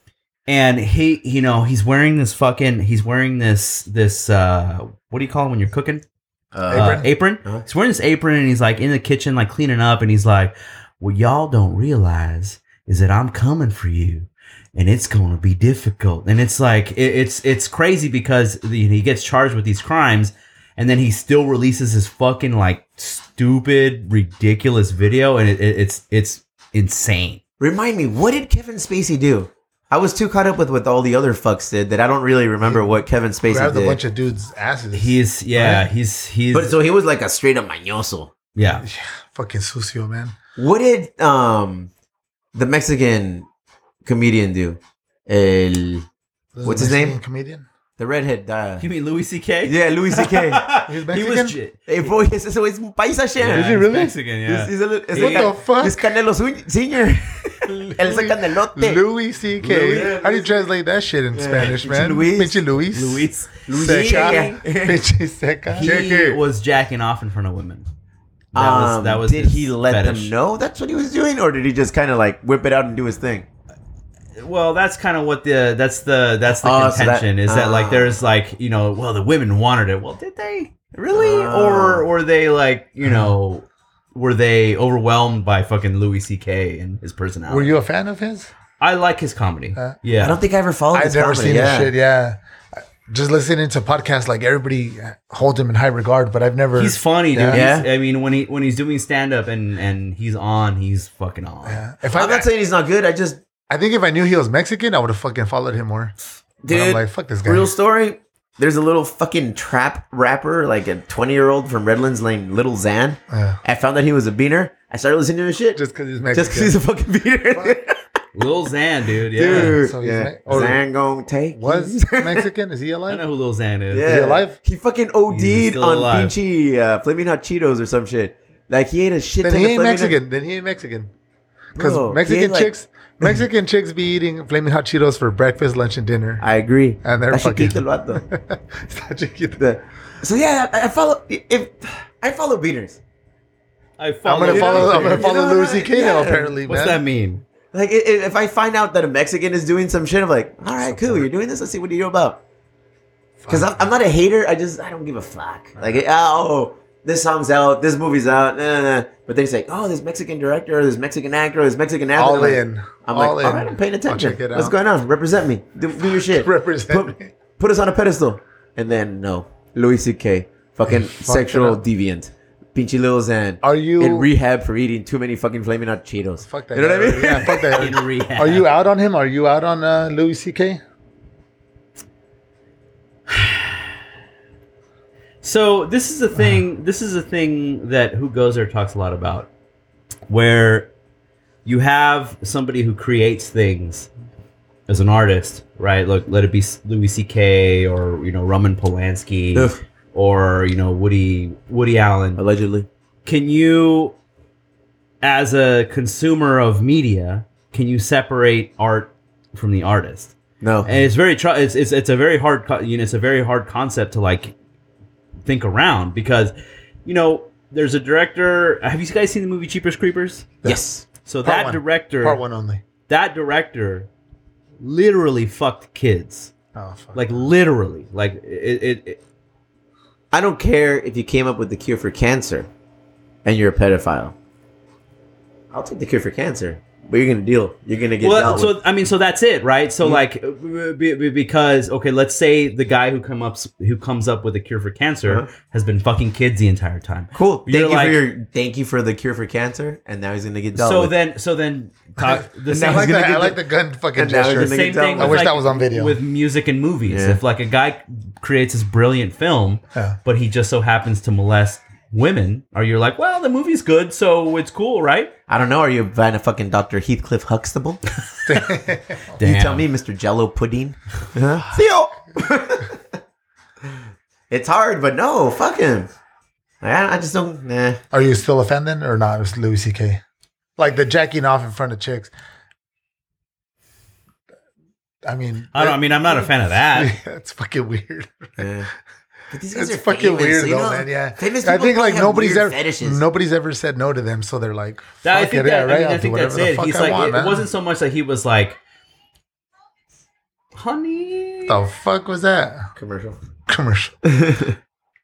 S3: And he, you know, he's wearing this fucking. He's wearing this this. Uh, what do you call it when you're cooking?
S1: Uh,
S3: Uh,
S2: Apron?
S3: apron.
S1: Uh-huh.
S3: He's wearing this apron, and he's like in the kitchen, like cleaning up, and he's like, "What y'all don't realize is that I'm coming for you." And it's going to be difficult, and it's like it, it's it's crazy because the, he gets charged with these crimes, and then he still releases his fucking like stupid, ridiculous video, and it, it, it's it's insane.
S1: remind me, what did Kevin Spacey do? I was too caught up with what all the other fucks did that I don't really remember what Kevin Spacey
S2: grabbed a
S1: did.
S2: bunch of dudes' asses.
S3: He's yeah, he's he's
S1: but so he was like a straight up mañoso.
S3: yeah.
S2: fucking sucio, man.
S1: What did um the Mexican comedian do? El
S2: This is
S1: What's
S2: a
S1: his
S2: Mexican
S1: name?
S2: Comedian.
S1: the redhead. Uh,
S3: You mean Louis C.K.? <laughs>
S1: yeah, Louis C.K.
S2: He was
S3: he
S2: Mexican.
S3: was. j-
S1: hey, boy, <laughs> ese ese güey es un paisa shit.
S3: Yeah,
S2: Is he
S3: he's
S2: really?
S3: Mexican? Yeah.
S1: He's, he's a, li- es
S2: What
S1: el
S2: the fuck?
S1: Es Canelo Su-
S3: <laughs>
S1: Senior. El es el Canelote.
S2: Louis C.K.
S3: Louis-
S2: How do you translate that shit in Spanish, man?
S1: Luis.
S2: Pinche Luis.
S3: Luis.
S2: Seca. <laughs> Pinche Seca.
S3: He
S2: Cheque.
S3: was jacking off in front of women. That
S1: Um, did
S3: his
S1: he let
S3: fetish.
S1: them know that's what he was doing, or did he just kind of like whip it out and do his thing?
S3: Well, that's kind of what the that's the that's the
S1: Oh, so that-
S3: contention is that like
S1: ah.
S3: there's like you know well the women wanted it well did they really
S1: Ah.
S3: or were they like you know were they overwhelmed by fucking Louis C.K. and his personality?
S2: Were you Uh, a fan of his?
S3: I like his comedy.
S2: Huh?
S3: yeah,
S1: I don't think I ever followed.
S2: I've
S1: his
S2: never
S1: comedy,
S2: seen
S1: yeah.
S2: this shit. Yeah. Just listening to podcasts, like everybody holds him in high regard, but I've never.
S3: he's funny, dude.
S2: Yeah.
S3: He's- I mean, when he when he's doing stand up and and he's on, he's fucking on.
S2: Yeah. If I,
S1: I'm not saying he's not good. I just,
S2: I think if I knew he was Mexican, I would have fucking followed him more. But I'm
S1: dude,
S2: like, fuck this guy.
S1: real story. There's a little fucking trap rapper, like a 20 year old from Redlands named Little Zan.
S2: Yeah.
S1: I found that he was a beaner. I started listening to his shit just
S2: just because he's
S1: because
S2: Mexican.
S1: he's a fucking beaner.
S3: Lil Xan, dude. Yeah,
S1: <laughs> dude,
S2: So he's
S1: yeah.
S2: me- or-
S1: Zan gonna take
S2: was
S1: <laughs> you.
S2: Mexican? Is he
S3: I
S2: alive?
S3: know who Lil Xan is.
S1: Yeah.
S2: Is he alive?
S1: He fucking
S3: He's
S1: OD'd
S3: still
S1: on
S3: alive.
S1: Pinchy uh, Flaming Hot Cheetos or some shit. Like he ate a shit.
S2: Then
S1: ton
S2: he
S1: of
S2: ain't
S1: Flamin' Hot-
S2: Mexican. Then he ain't Mexican.
S1: Bro,
S2: Because
S1: he
S2: Mexican
S1: ain't, like-
S2: chicks, Mexican chicks be eating flaming hot Cheetos for breakfast, lunch, and dinner.
S1: I agree.
S2: And they're
S1: That shit
S2: fucking-
S1: geeked el vato.
S2: <laughs> It's not chiquito.
S1: The- so yeah, I, I follow. If I follow beaters,
S3: I follow
S2: I'm gonna
S3: Lil
S2: follow.
S3: Xan.
S2: I'm gonna
S1: You
S2: follow
S1: know
S2: Louis
S1: that-
S2: C.K. now.
S1: yeah.
S2: Apparently,
S3: What's that
S2: man.
S3: mean?
S1: like i- i- if I find out that a Mexican is doing some shit, I'm like, all right, cool, you're doing this. Let's see what you're about. Because I'm, I'm not a hater. I just I don't give a fuck. Like oh, this song's out, this movie's out, nah, nah, nah. but they say, oh, this Mexican director, this Mexican actor, this Mexican actor.
S2: All
S1: I'm like,
S2: in.
S1: I'm
S2: All
S1: like,
S2: in.
S1: all right, I'm paying
S2: I'll
S1: attention.
S2: check it
S1: What's
S2: out.
S1: going on? Represent me. Do, do your
S2: <laughs>
S1: shit.
S2: Represent
S1: put,
S2: me.
S1: Put us on a pedestal. And then no, Louis C.K. Fucking
S2: <laughs> fucked
S1: sexual
S2: it up.
S1: deviant. Pinchy Lil Xan.
S2: Are you-
S1: in rehab for eating too many fucking flaming hot Cheetos?
S2: Fuck that.
S1: You know what I
S2: guy.
S1: mean? <laughs>
S2: Yeah, fuck
S3: <laughs> In
S2: that.
S3: rehab.
S2: Are you out on him? Are you out on uh, Louis C.K.?
S3: So this is a thing. This is a thing that Who Goes There talks a lot about, where you have somebody who creates things as an artist, right? Look, let it be Louis C.K. or you know Roman Polanski
S1: Ugh.
S3: or you know Woody Woody Allen.
S1: Allegedly.
S3: Can you, as a consumer of media, can you separate art from the artist?
S1: No.
S3: and it's very tr- it's, it's it's a very hard co- you know it's a very hard concept to like think around because you know there's a director have you guys seen the movie Cheapers Creepers
S1: yes.
S3: so
S2: Part
S3: that
S2: one.
S3: director
S2: Part one only.
S3: that director literally fucked kids
S2: Oh fuck.
S3: like literally like it, it, it
S1: I don't care if you came up with the cure for cancer and you're a pedophile. I'll take the cure for cancer. But you're gonna deal. You're gonna get
S3: well
S1: well,
S3: so i mean so that's it right so like
S1: Mm-hmm.
S3: b- b- b- because okay let's say the guy who come up who comes up with a cure for cancer
S1: Uh-huh.
S3: has been fucking kids the entire time
S1: Cool. Thank
S3: You're
S1: you
S3: like-
S1: for your thank you for the cure for cancer, and now he's gonna get dealt
S3: so
S1: with.
S3: then
S1: <laughs>
S3: so then talk, the
S2: I
S3: same
S2: like,
S1: he's gonna
S2: the, I
S1: get
S2: like
S1: the-
S2: the gun fucking
S1: and now he's
S2: gesture.
S1: gonna
S3: same
S1: get
S3: thing.
S1: down
S3: With,
S1: with
S2: I wish
S3: like,
S2: that was on video.
S3: with music and movies.
S1: Yeah.
S3: If like a guy creates this brilliant film,
S2: Yeah.
S3: but he just so happens to molest women, are you like, well, the movie's good, so it's cool, right?
S1: I don't know. Are you buying a fucking Dr. Heathcliff Huxtable?
S3: Oh,
S2: <laughs>
S3: <laughs>
S1: You tell me, Mr. Jello Pudding. Huh? See you. <laughs> It's hard, but no, fuck him. Like, I, I just don't. Nah.
S2: Are you still offended or not? It was Louis C.K. Like the jacking off in front of chicks. I mean,
S3: I don't. I mean, I'm not a fan
S2: <laughs>
S3: of that.
S2: That's fucking weird.
S1: Yeah. But these guys
S2: It's
S1: are
S2: fucking
S1: famous,
S2: weird
S1: you
S2: though,
S1: know?
S2: man. Yeah,
S1: Famous
S2: I
S1: people
S2: think like
S1: have
S2: nobody's
S1: weird
S2: ever
S1: fetishes.
S2: nobody's ever said no to them, so they're like,
S3: That- I
S2: fuck
S3: think
S2: it,
S3: that,
S2: yeah, right.
S3: I, mean, I
S2: I'll do
S3: think that's
S2: whatever the
S3: it.
S2: fuck
S3: He's
S2: I
S3: like,
S2: want,
S3: it,
S2: man.
S3: wasn't so much that he was like, honey,
S2: the fuck was that
S1: commercial.
S2: commercial?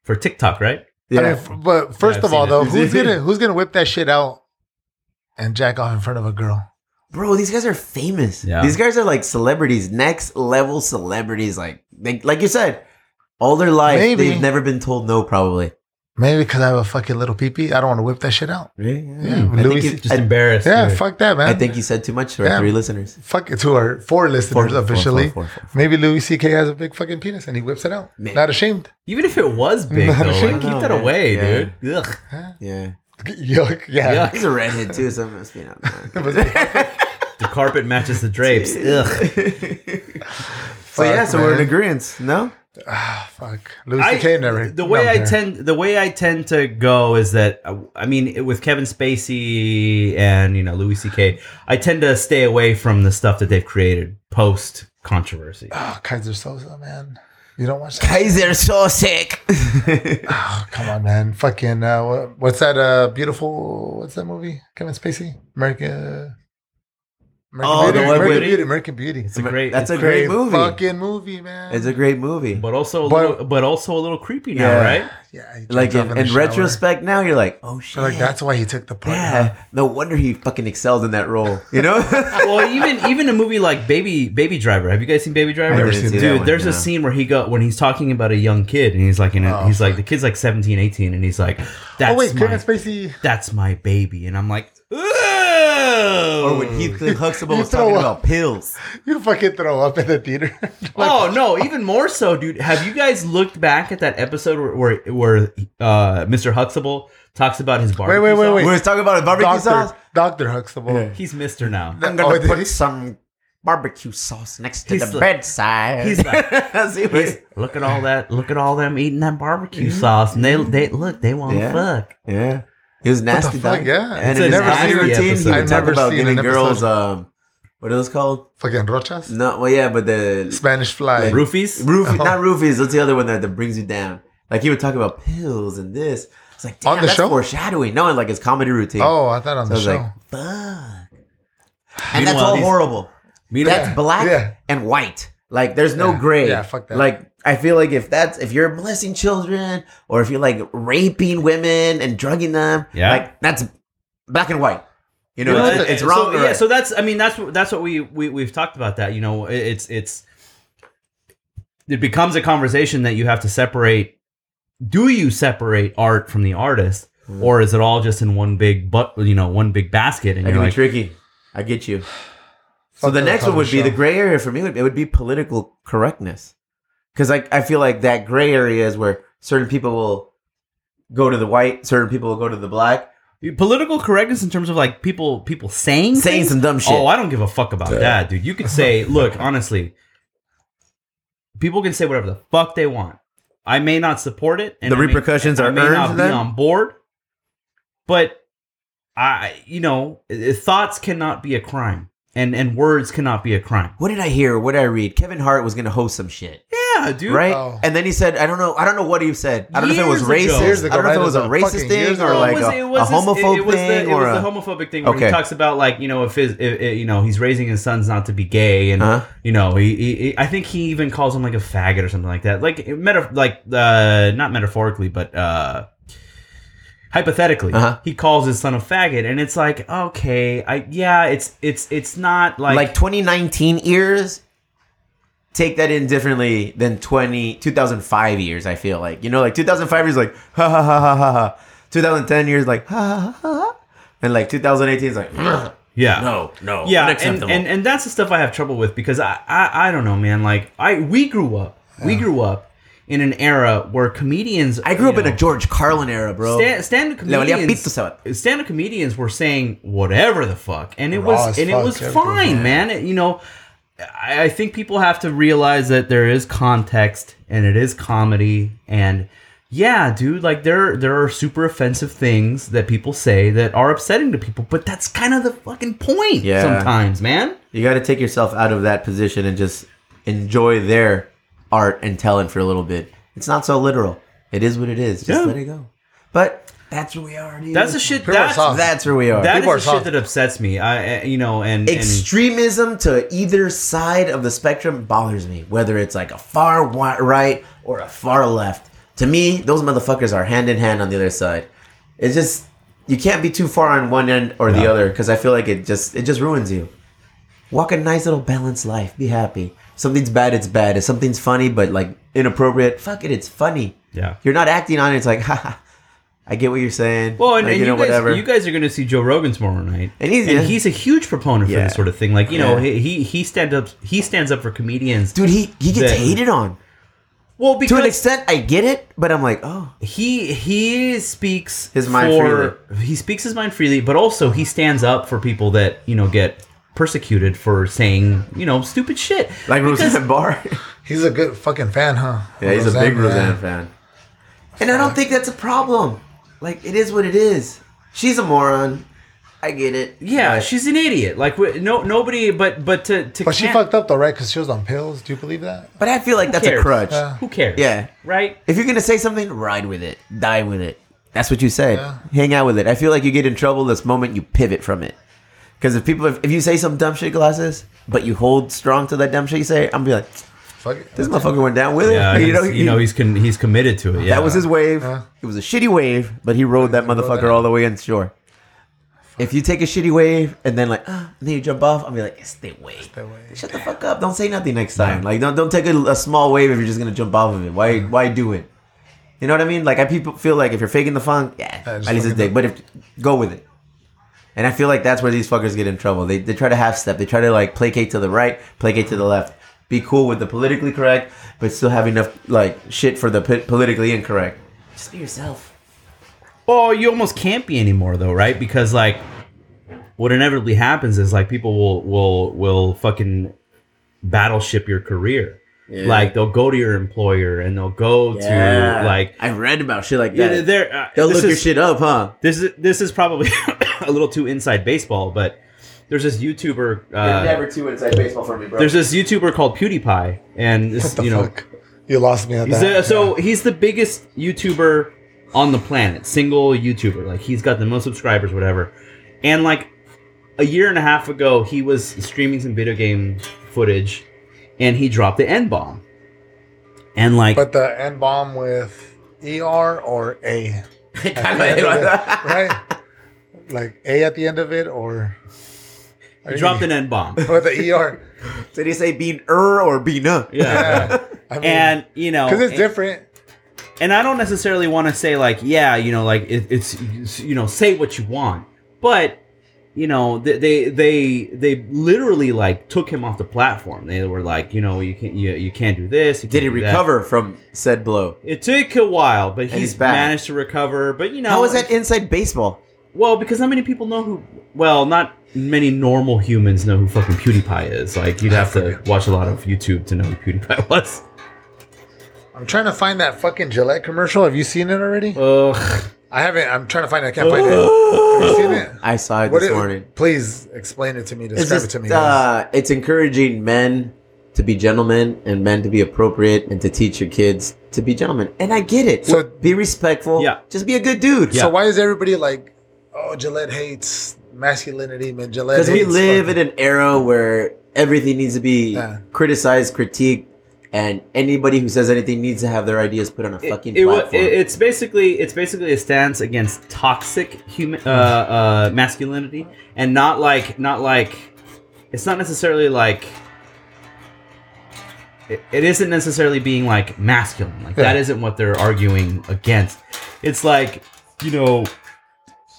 S3: for TikTok, right?
S1: Yeah.
S2: I mean, f- but first
S3: I've
S2: of all,
S3: seen it.
S2: though, who's gonna who's gonna whip that shit out and jack off in front of a girl?
S1: Bro, these guys are famous.
S3: Yeah.
S1: These guys are like celebrities, next level celebrities. Like, they, like you said, all their life
S2: Maybe.
S1: they've never been told no. Probably.
S2: Maybe because I have a fucking little peepee, I don't want to whip that shit out.
S1: Really?
S2: Yeah,
S1: I,
S2: Louis-
S1: think you,
S3: Just
S1: I,
S3: embarrassed.
S2: Yeah,
S3: dude.
S2: fuck that, man.
S1: I think you said too much to our
S2: Yeah.
S1: three listeners.
S2: fuck it to our four listeners officially.
S1: four, four, four.
S2: Maybe Louis C.K. has a big fucking penis and he whips it out.
S1: Maybe.
S2: Not ashamed.
S3: Even if it
S2: <laughs>
S3: was big,
S2: Not
S3: though,
S2: ashamed.
S3: like, keep
S1: No,
S3: that
S1: man.
S3: away,
S1: Yeah.
S3: dude. Ugh.
S1: Yeah.
S2: <laughs> Yuck. Yeah.
S3: Yeah.
S1: He's a redhead too, so it must be not.
S3: The carpet
S2: <laughs>
S3: matches the drapes. Ugh.
S1: <laughs> so yeah,
S2: Fuck,
S1: so we're in
S2: man.
S1: agreement. No.
S2: Ah, fuck. Louis
S3: I-
S2: C.K. never.
S3: the way
S2: no,
S3: I
S2: never.
S3: tend the way I tend to go is that uh, I mean it- with Kevin Spacey and you know Louis C.K. I tend to stay away from the stuff that they've created post controversy.
S2: Oh, Kaiser Sosa, man. You don't watch that?
S1: Kaiser so <laughs> sick.
S2: Oh, come on, man. Fucking, uh, what, what's that uh, beautiful, what's that movie? Kevin Spacey? America. American
S1: Oh, the
S2: Beauty.
S1: one
S2: American
S1: with-
S2: Beauty. American Beauty.
S3: It's a great.
S1: That's a
S3: it's
S1: great movie.
S2: fucking movie, man.
S1: It's a great movie.
S3: But also, a
S2: But-
S3: little, but also a little creepy now,
S1: Yeah.
S3: right?
S2: yeah, he
S1: Like
S2: jumps off
S1: in,
S2: the
S1: in
S2: shower.
S1: retrospect, now you're like, oh shit.
S2: They're Like that's why he took the part. huh?
S1: Yeah. No wonder he fucking excelled in that role. You
S2: <laughs>
S1: know.
S3: well, even even a movie like Baby Baby Driver. Have you guys seen Baby Driver?
S2: I've never
S1: didn't
S2: seen
S1: see
S2: that
S3: Dude,
S1: one,
S3: there's
S1: no.
S3: a scene where he go when he's talking about a young kid, and he's like, in a,
S2: Oh,
S3: he's like, the kid's like 17, 18, and he's like, that's
S2: oh wait,
S3: my,
S2: Kevin Spacey.
S3: that's my baby, and I'm like, oh,
S1: Or when Heathcliff Huxtable
S2: You
S1: was talking
S2: throw
S1: about
S2: up.
S1: pills.
S2: You fucking throw up in the theater. <laughs>
S3: oh no, even more so, dude. Have you guys looked back at that episode where where, where uh, Mr. Huxtable talks about his barbecue?
S2: wait, wait, <laughs>
S3: sauce?
S2: wait.
S1: We were talking about a barbecue sauce.
S2: Doctor, Doctor Huxtable.
S3: He's Mister now.
S1: I'm gonna
S2: Oh, did
S1: put
S2: he-
S1: some barbecue sauce next to
S3: He's
S1: the
S3: like-
S1: bedside.
S3: he's
S1: <laughs>
S3: like-
S1: That's the way-
S3: He's- look at all that. Look at all them eating that barbecue sauce, and they they look. They want to
S1: Yeah.
S3: fuck.
S1: yeah, he was nasty.
S2: fuck,
S1: dog.
S2: yeah.
S1: and
S3: It's
S1: in
S3: a
S1: his
S3: never
S1: nasty
S3: seen
S1: routine,
S3: episode.
S1: he
S2: I've
S1: would talk
S2: never
S1: about
S2: seen
S1: getting
S2: an
S1: girls.
S2: episode.
S1: Um, what are those called?
S2: Fucking Rochas.
S1: No, well, yeah, but the
S2: Spanish Fly.
S3: Roofies.
S1: Roofies,
S2: Oh.
S1: not roofies. What's the other one that, that brings you down? Like he would talk about pills and this. It's like damn,
S2: On the
S1: that's
S2: show?
S1: foreshadowing. No, like his comedy routine.
S2: Oh, I thought on
S1: so I
S2: the
S1: was
S2: show.
S1: like, fuck. And that's
S3: Meanwhile,
S1: all
S3: these-
S1: horrible. That's black
S2: Yeah.
S1: and white. Like there's no gray.
S2: Yeah, fuck that.
S1: Like I feel like if that's if you're molesting children or if you're like raping women and drugging them,
S3: Yeah.
S1: like that's black and white. You know,
S3: Well,
S1: it's,
S3: that-
S1: it's wrong.
S3: So,
S1: or
S3: yeah,
S1: right.
S3: so that's I mean that's what that's what we, we we've talked about that. You know, it- it's it's it becomes a conversation that you have to separate. Do you separate art from the artist,
S1: Mm.
S3: or is it all just in one big but you know one big basket? And
S1: That
S3: you're
S1: can be
S3: like,
S1: tricky. I get you. So the
S2: Fuck
S1: next
S2: that
S1: one would be
S2: show.
S1: the gray area for me. would- It would be political correctness, because like I feel like that gray area is where certain people will go to the white, certain people will go to the black,
S3: political correctness in terms of like people people saying
S1: saying
S3: things?
S1: some dumb shit.
S3: Oh, I don't give a fuck about that, dude. You could say,
S1: <laughs>
S3: look, honestly, people can say whatever the fuck they want. I may not support it, and
S1: The
S3: I may-
S1: repercussions
S3: and
S1: are
S3: I may
S1: earned
S3: not
S1: then?
S3: be on board, but I, you know, i- thoughts cannot be a crime, and and words cannot be a crime.
S1: what did I hear? What did I read? Kevin Hart was gonna host some shit.
S3: Yeah, dude.
S1: right?
S2: Oh.
S1: And then he said, "I don't know, I don't know what he said. I don't know if it was
S3: Years ago. Years
S1: racist.
S2: ago,
S1: I don't know if
S2: that
S1: it was
S2: was
S1: a
S2: a
S1: racist
S2: fucking
S1: thing
S2: years
S1: or
S2: ago.
S1: like
S3: It
S1: a,
S3: was- it was
S1: a
S3: this-
S1: homophobe
S3: it, it was the,
S1: thing
S3: it
S1: or
S3: was
S1: a,
S3: the homophobic thing where
S1: Okay.
S3: he talks about like you know if his if, if, you know he's raising his sons not to be gay and
S1: Uh-huh.
S3: you know he, he, he- I think he even calls him like a faggot or something like that like meta like uh not metaphorically but uh hypothetically
S1: Uh-huh.
S3: he calls his son a faggot and it's like okay I yeah it's it's it's not like,
S1: like, 2019 ears. Take that in differently than 20 2005 years. I feel like you know, like 2005 years, like ha ha ha ha ha ha. 2010 years, like ha ha ha ha. And like 2018 is like "Ugh,
S3: yeah
S1: no no
S3: yeah and,
S1: unacceptable.
S3: and and that's the stuff i have trouble with because i i, I don't know man like i we grew up we grew up in an era where comedians
S1: I grew
S3: you
S1: up in
S3: know,
S1: a George Carlin era, bro.
S3: Stand, stand-up
S1: Le valía pito
S3: comedians,
S1: sabat.
S3: stand-up comedians were saying whatever the fuck, and it
S2: Raw
S3: was
S2: as
S3: and it
S2: fuck,
S3: was
S2: everyone,
S3: fine, man. It- you know, I, I think people have to realize that there is context and it is comedy and yeah, dude, like there there are super offensive things that people say that are upsetting to people, but that's kind of the fucking point
S1: Yeah.
S3: sometimes, man.
S1: You got to take yourself out of that position and just enjoy their art and talent for a little bit. It's not so literal. It is what it is. Just
S3: Yeah.
S1: let it go. But that's where we are, dude.
S3: That's the shit
S2: People are
S3: that's
S2: soft.
S1: That's where we are.
S3: that is
S2: People are
S3: the shit
S2: soft.
S3: that upsets me. I I- you know and, and
S1: Extremism to either side of the spectrum bothers me, whether it's like a far wi- right or a far left. To me, those motherfuckers are hand in hand on the other side. It's just you can't be too far on one end or the other because I feel like it just it just ruins you. Walk a nice little balanced life. Be happy. Something's bad, it's bad. If something's funny but like inappropriate, fuck it, it's funny.
S3: yeah.
S1: You're not acting on it. It's like, <laughs> haha, I get what you're saying.
S3: Well, and,
S1: Like,
S3: and you, guys, you guys are going to see Joe Rogan tomorrow night,
S1: And he's- yeah.
S3: he's a huge proponent for
S1: Yeah.
S3: this sort of thing. Like you know,
S1: Yeah.
S3: he he he stand up he stands up for comedians.
S1: dude, he he gets
S3: That-
S1: hated on.
S3: well,
S1: to an
S3: because
S1: extent, I get it, but I'm like, oh,
S3: he he speaks
S1: His mind
S3: He speaks his mind freely, but also he stands up for people that you know get persecuted for saying you know stupid shit.
S1: like Roseanne Barr.
S2: He's a good fucking fan, huh? Roseanne, yeah.
S1: fan. And I don't think that's a problem. Like it is what it is. She's a moron. I get it.
S3: yeah, she's an idiot. Like wh- no nobody, but but to, to
S2: But she
S3: can-
S2: fucked up though, right? Because she was on pills. Do you believe
S1: <laughs>
S2: that?
S1: but I feel like that's
S3: cares?
S1: a crutch.
S2: Yeah.
S3: Who cares?
S1: Yeah.
S3: right.
S1: If you're gonna say something, ride with it, die with it. That's what you said.
S2: Yeah.
S1: Hang out with it. I feel like you get in trouble this moment you pivot from it. Because if people, if, if you say some dumb shit, glasses, but you hold strong to that dumb shit you say, I'm gonna be like,
S2: Fuck it.
S1: this motherfucker went down with it.
S3: Yeah,
S1: <laughs> you know,
S3: he's-
S1: he-
S3: you know he's con- he's committed to it. Yeah.
S1: That was his wave.
S2: Yeah.
S1: It was a shitty wave, but he rode that motherfucker
S2: that.
S1: all the way inshore. If you take a shitty wave and then like, ah, and then you jump off, I'll be like, stay away.
S2: wave.
S1: Shut the fuck up. Don't say nothing next time. Like, don't don't take a, a small wave if you're just gonna jump off of it. Why why do it? You know what I mean? Like, I people feel like if you're faking the funk, yeah,
S2: Yeah, just
S1: at least it's dick.
S2: fucking do it.
S1: But if go with it. And I feel like that's where these fuckers get in trouble. They, they try to half step. They try to like placate to the right, placate to the left. Be cool with the politically correct, but still have enough like shit for the p- politically incorrect. Just be yourself.
S3: Well, you almost can't be anymore though, right? Because like what inevitably happens is like people will will will fucking battleship your career. Like they'll go to your employer and they'll go to like
S1: I read about shit like
S3: yeah,
S1: that.
S3: they're, uh,
S1: They'll
S3: this
S1: look your
S3: is-
S1: shit up, huh?
S3: This is this is probably <coughs> a little too inside baseball, but there's this YouTuber uh,
S1: too inside baseball for me, bro. <laughs>
S3: there's this YouTuber called PewDiePie and this
S2: What the
S3: you know
S2: fuck? You lost me at
S3: He's
S2: that.
S3: the- so he's the biggest YouTuber on the planet, single YouTuber. Like he's got the most subscribers, whatever. And like a year and a half ago, he was streaming some video game footage, and he dropped the N bomb. And like
S2: But the N bomb with ER or A? ¿eh? right? Like A at the end of it or.
S3: he
S2: <laughs>
S3: dropped an N bomb.
S2: With the ER.
S1: <laughs> Did he say being er or being uh?
S3: Yeah.
S2: Yeah. I mean,
S3: And you know,
S2: Because it's
S3: and-
S2: different.
S3: and I don't necessarily want to say like, yeah, you know, like it, it's you know, say what you want, but you know, they, they they they literally like took him off the platform. They were like, you know, you can't you, you can't do this. You
S1: Did
S3: can't
S1: he
S3: do that.
S1: recover from said blow?
S3: It took a while, but he's,
S1: he's back.
S3: managed to recover. But you know,
S1: How is that inside baseball?
S3: Well, because how many people know who? Well, not many normal humans know who fucking PewDiePie is. Like you'd
S1: <laughs>
S3: have to watch a lot of YouTube to know who PewDiePie <laughs> was.
S2: I'm trying to find that fucking Gillette commercial. Have you seen it already?
S3: Ugh.
S2: I haven't. I'm trying to find it. I can't find it. Have you seen it?
S1: I saw it
S2: What
S1: this
S2: it-
S1: morning.
S2: Please explain it to me.
S1: It's
S2: Describe
S1: just
S2: it to me.
S1: uh, it's encouraging men to be gentlemen and men to be appropriate and to teach your kids to be gentlemen. And I get it.
S2: So-
S1: be respectful.
S3: Yeah.
S1: Just be a good dude.
S2: So why is everybody like, oh, Gillette hates masculinity, man? Gillette
S1: Because we
S2: hates
S1: live in
S2: fucking-
S1: an era where everything needs to be
S2: Yeah.
S1: criticized, critiqued, and anybody who says anything needs to have their ideas put on a fucking
S3: it, wa-
S1: platform.
S3: it- it's basically it's basically a stance against toxic human uh, uh, masculinity, and not like not like it's not necessarily like it, it isn't necessarily being like masculine. Like that
S2: Yeah.
S3: isn't what they're arguing against. It's like you know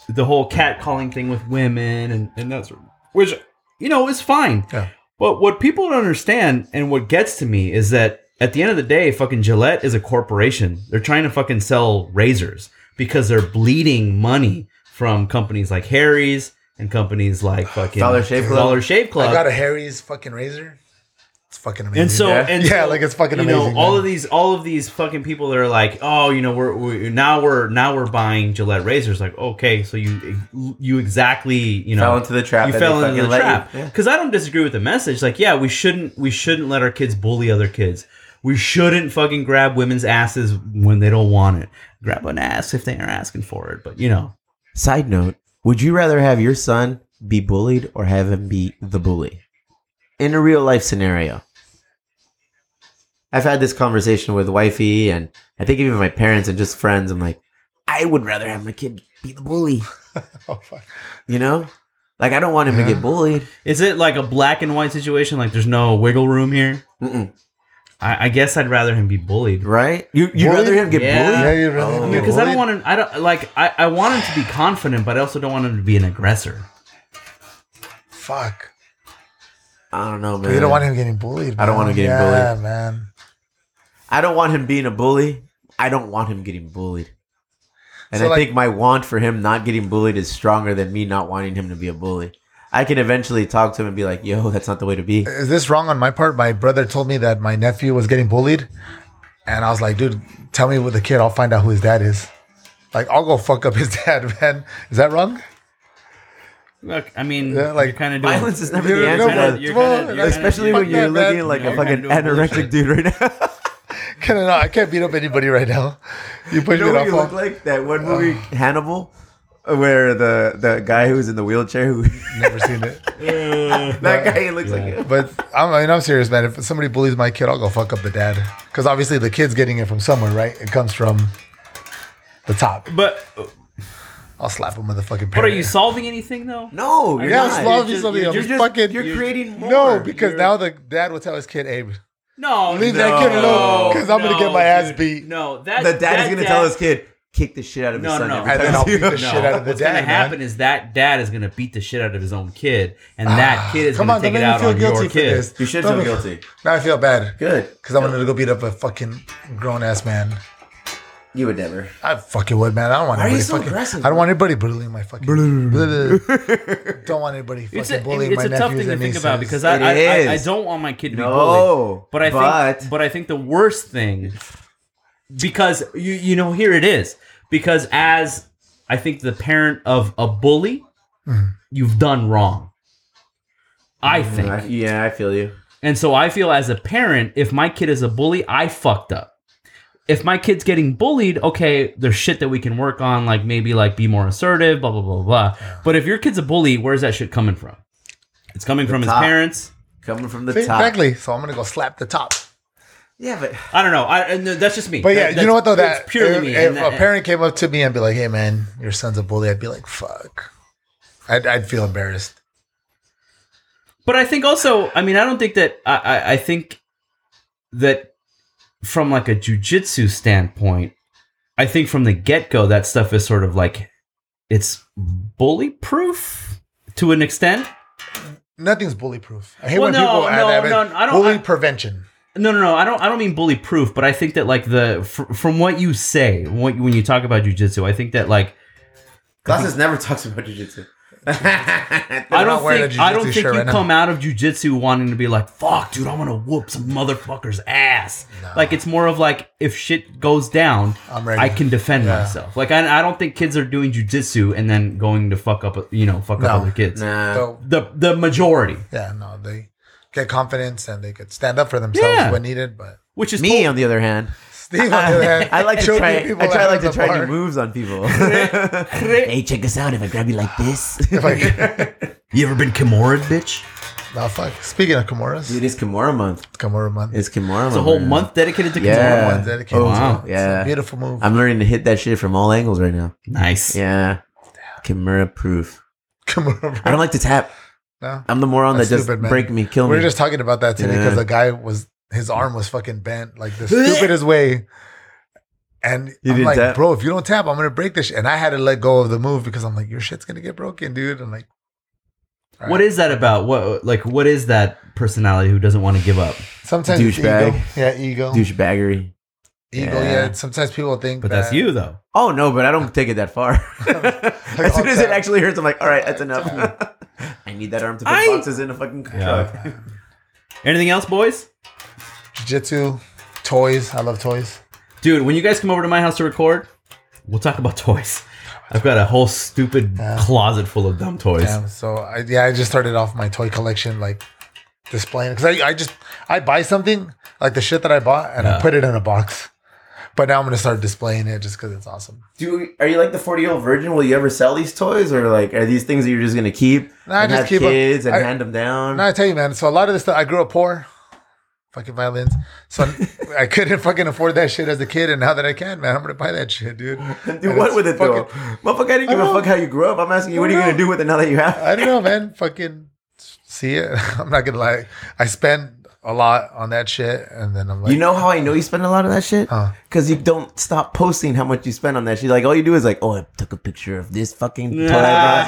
S3: the whole catcalling thing with women and and that sort, which you know is fine.
S2: Yeah.
S3: But what people don't understand and what gets to me is that at the end of the day, fucking Gillette is a corporation. They're trying to fucking sell razors because they're bleeding money from companies like Harry's and companies like fucking
S1: Dollar Shave Club. Uh,
S3: Dollar Shave Club.
S2: I got a Harry's fucking razor. It's fucking amazing.
S3: And so,
S1: Yeah.
S3: and
S2: Yeah,
S3: so,
S2: like, it's fucking
S3: you
S2: amazing,
S3: Know, all
S2: man.
S3: of these, all of these fucking people that are like, oh, you know, we're, we now we're now we're buying Gillette razors. Like, okay, so you you exactly you know
S1: Fell into the trap
S3: You
S1: that
S3: fell
S1: they
S3: into the
S1: fucking let you.
S3: trap
S1: Yeah.
S3: because I don't disagree with the message. Like, yeah, we shouldn't we shouldn't let our kids bully other kids. We shouldn't fucking grab women's asses when they don't want it. Grab an ass if they aren't asking for it. But you know,
S1: Side note: Would you rather have your son be bullied or have him be the bully? In a real life scenario, I've had this conversation with wifey, and I think even my parents and just friends. I'm like, I would rather have my kid be the bully.
S2: <laughs> oh, fuck.
S1: You know, like I don't want him
S2: Yeah.
S1: to get bullied.
S3: is it like a black and white situation? Like, there's no wiggle room here.
S1: Mm-mm.
S3: I, I guess I'd rather him be bullied.
S1: Right? You you
S2: Bullied?
S1: rather him get
S3: Yeah.
S1: bullied?
S2: Yeah, you'd rather
S1: Oh.
S2: him get
S3: because I don't
S2: bullied?
S3: want him. I don't like. I, I want him to be confident, but I also don't want him to be an aggressor.
S2: Fuck.
S1: I don't know, man.
S2: But you don't want him getting bullied.
S1: I don't want him
S2: man.
S1: getting
S2: yeah, man.
S1: I don't want him being a bully. I don't want him getting bullied. And
S2: So,
S1: I
S2: like-
S1: think my want for him not getting bullied is stronger than me not wanting him to be a bully. I can eventually talk to him and be like, "Yo, that's not the way to be."
S2: Is this wrong on my part? My brother told me that my nephew was getting bullied, and I was like, dude, tell me with the kid. I'll find out who his dad is. Like, I'll go fuck up his <laughs> dad, man. Is that wrong? <laughs>
S3: Look, I mean,
S2: Yeah, like,
S3: like kind of doing.
S1: Violence is never
S2: You're-
S1: the answer,
S2: no,
S1: brother.
S2: but-
S3: You're
S2: well,
S3: kinda- you're
S1: especially
S3: fuck
S1: when you're
S2: that,
S1: looking
S2: man.
S1: like
S3: You're
S1: a fucking
S3: gonna do bullshit.
S1: anorectic dude right now.
S2: Can I, not, I can't beat up anybody right now. <laughs> You pushed
S1: you know
S2: it
S1: what
S2: off.
S1: you look
S2: on-
S1: like that one movie, Hannibal, where the the guy who's in the wheelchair who
S2: Never seen it.
S1: that guy he looks
S3: Yeah.
S1: like.
S2: <laughs> But I'm, I mean, I'm serious, man. If somebody bullies my kid, I'll go fuck up the dad. Because obviously the kid's getting it from somewhere, right? It comes from the top.
S3: But
S2: I'll slap him with a fucking
S3: but
S2: parent.
S3: are you solving anything though?
S1: No, you're
S2: Yeah,
S1: not.
S2: Slav
S3: You're
S2: is
S3: just-
S2: something.
S3: you're
S2: I'm
S1: You're just
S2: fucking.
S1: you're creating more.
S2: no, because
S1: You're-
S2: now the dad will tell his kid, "Hey,
S3: No,
S2: Leave
S3: no,
S2: that kid alone, 'cause I'm gonna
S3: no,
S2: get my ass
S3: dude.
S2: beat.
S3: No, that
S1: the dad is
S3: that
S1: gonna tell his kid, "Kick the shit out of his
S3: No,
S1: son."
S3: no, no.
S1: every
S2: And
S1: time
S2: then I'll
S1: you see
S2: beat the
S1: him."
S2: shit out of the
S3: What's
S2: dad,
S3: gonna
S2: man.
S3: happen is that dad is gonna beat the shit out of his own kid, and that kid is
S2: Ah, come
S3: gonna
S2: on,
S3: take
S2: don't
S3: it
S2: make
S3: out
S2: me feel
S3: on
S2: guilty
S3: your
S2: for
S3: kid.
S2: this."
S1: <laughs> You should
S2: Don't
S1: feel
S2: make-
S1: guilty.
S2: Now I feel bad
S1: Good.
S2: because I wanted to go beat up a fucking grown ass man.
S1: You would never.
S2: I fucking would, man. I don't want.
S1: Why are you
S2: anybody
S1: so
S2: fucking,
S1: aggressive,
S2: I don't want anybody bullying my fucking. don't want anybody
S3: It's
S2: fucking
S3: a,
S2: bullying
S3: it's
S2: my
S3: a
S2: nephews
S3: tough thing to
S2: and
S3: think about
S2: nieces.
S3: because I
S1: It
S3: I, I I
S1: is.
S3: don't want my kid to be bullied.
S1: No,
S3: But I
S1: but
S3: think but I think the worst thing because you you know here it is because as I think the parent of a bully you've done wrong. I think.
S1: I- yeah, I feel you.
S3: And so I feel as a parent, if my kid is a bully, I fucked up. If my kid's getting bullied, okay, there's shit that we can work on, like maybe like be more assertive, blah blah blah blah. But if your kid's a bully, where's that shit coming from? It's coming from
S1: top.
S3: his parents.
S1: Coming from the
S2: See,
S1: top.
S2: exactly. So I'm gonna go slap the top.
S1: Yeah, but
S3: I don't know. I, and that's just me.
S2: But yeah,
S3: That-
S2: you know what though?
S3: that's-
S2: That er,
S3: it's purely
S2: if,
S3: me.
S2: if
S3: and uh, that-
S2: a parent came up to me and be like, "Hey, man, your son's a bully," I'd be like, "Fuck," I'd, I'd feel embarrassed.
S3: But I think also, I mean, I don't think that I, I, I think that from like a jujitsu standpoint, I think from the get go that stuff is sort of like it's bully proof to an extent.
S2: Nothing's bully proof. I hate
S3: Well,
S2: when
S3: no,
S2: people
S3: no,
S2: add
S3: no,
S2: add-
S3: no, I don't-
S2: bully
S3: I-
S2: prevention.
S3: No, no, no. I don't. I don't mean bully proof, but I think that like the fr- from what you say what, when you talk about jujitsu, I think that like
S1: Glasses never talks about jujitsu.
S3: I
S2: not
S3: don't
S2: wearing a
S3: think I don't
S2: jujitsu
S3: think
S2: shirt
S3: you
S2: right now.
S3: come out of jujitsu wanting to be like, "Fuck, dude, I'm gonna whoop some motherfucker's ass." Like it's more of like if shit goes down,
S2: <laughs> I'm ready.
S3: I can defend
S2: Yeah.
S3: myself. Like I, I don't think kids are doing jujitsu and then going to fuck up, you know, fuck
S2: No.
S3: up other kids.
S1: <laughs> nah.
S2: So
S3: The the majority,
S2: yeah, no, they get confidence and they could stand up for themselves
S3: Yeah.
S2: when needed. But
S3: which is
S1: Me, on the other hand,
S2: Steve, on the other hand,
S1: <laughs> I like to
S2: choking
S1: try.
S2: people
S1: I try
S2: out
S1: like
S2: of
S1: to try
S2: the
S1: new
S2: bar. <laughs>
S1: moves on
S3: <laughs>
S1: people.
S3: cool.
S1: hey, check us out! If I grab you like this,
S2: <laughs> If
S1: <laughs>
S2: I can-
S3: You ever been Kimura, bitch?
S2: no, fuck. Speaking of Kimuras,
S1: dude, it's Kimura month.
S2: it's Kimura month.
S1: It's Kimura month.
S2: Oh,
S3: It's a whole
S1: man.
S3: month dedicated to Kimura.
S1: Yeah.
S2: One dedicated
S1: Oh,
S2: to it.
S1: wow.
S2: It's a
S1: Yeah.
S2: beautiful move.
S1: I'm learning to hit that shit from all angles right now.
S3: Nice.
S1: Yeah, Kimura proof.
S2: <laughs> Kimura.
S1: I don't like to tap.
S2: No.
S1: I'm the moron
S2: That's
S1: that just
S2: stupid, man.
S1: break me, kill
S2: We were
S1: me.
S2: just talking about that today
S1: Yeah.
S2: because the guy was his arm was fucking bent like
S1: <laughs>
S2: the stupidest way. And
S1: You
S2: I'm
S1: didn't
S2: like,
S1: tap?
S2: bro, if you don't tap, I'm gonna break this. Shit. And I had to let go of the move because I'm like, your shit's gonna get broken, dude. And like, all
S3: What
S2: right.
S3: is that about? What like what is that personality who doesn't want to give up?
S2: sometimes it's ego,
S1: Douchebag.
S2: yeah, ego,
S1: douchebaggery.
S2: ego, yeah.
S1: Yeah.
S2: Sometimes people think,
S3: But that's
S2: that-
S3: you though.
S1: Oh no, but I don't take it that far. <laughs> as soon as it actually <laughs> hurts, I'm like, all right, that's enough. I need that arm to put
S3: I-
S1: boxes in a fucking
S3: Yeah.
S1: truck.
S3: Anything else, boys?
S2: Jiu-jitsu, toys. I love toys.
S3: Dude, when you guys come over to my house to record, we'll talk about <laughs> toys. I've got a whole stupid closet full of dumb toys.
S2: Yeah, so I, yeah, I just started off my toy collection like displaying because I, I just I buy something like the shit that I bought and I put it in a box, but now I'm gonna start displaying it just because it's awesome.
S1: Do you, are you like the forty year old virgin? Will you ever sell these toys, or like are these things that you're just gonna keep
S2: Nah, I
S1: and
S2: just
S1: have
S2: keep 'em.
S1: kids and
S2: I-
S1: hand them down?
S2: And I tell you, man, so a lot of this stuff I grew up poor, fucking violins, so I <laughs> couldn't fucking afford that shit as a kid, and now that I can, man, I'm gonna buy that
S1: <laughs>
S2: shit, dude.
S1: do
S2: And
S1: what
S2: it's
S1: with it though?
S2: fucking-
S1: Motherfucker, I didn't give
S2: I
S1: a
S2: know.
S1: fuck how you grew up. I'm asking you, what are you
S2: I know.
S1: gonna do with it now that you have? it?
S2: I don't know, man. Fucking see it. <laughs> I'm not gonna lie. I spend a lot on that shit, and then I'm like,
S1: You know how I know you spend a lot of that shit?
S2: Huh.
S1: Because you don't stop posting how much you spend on that shit. Like all you do is like, oh, I took a picture of this fucking toy I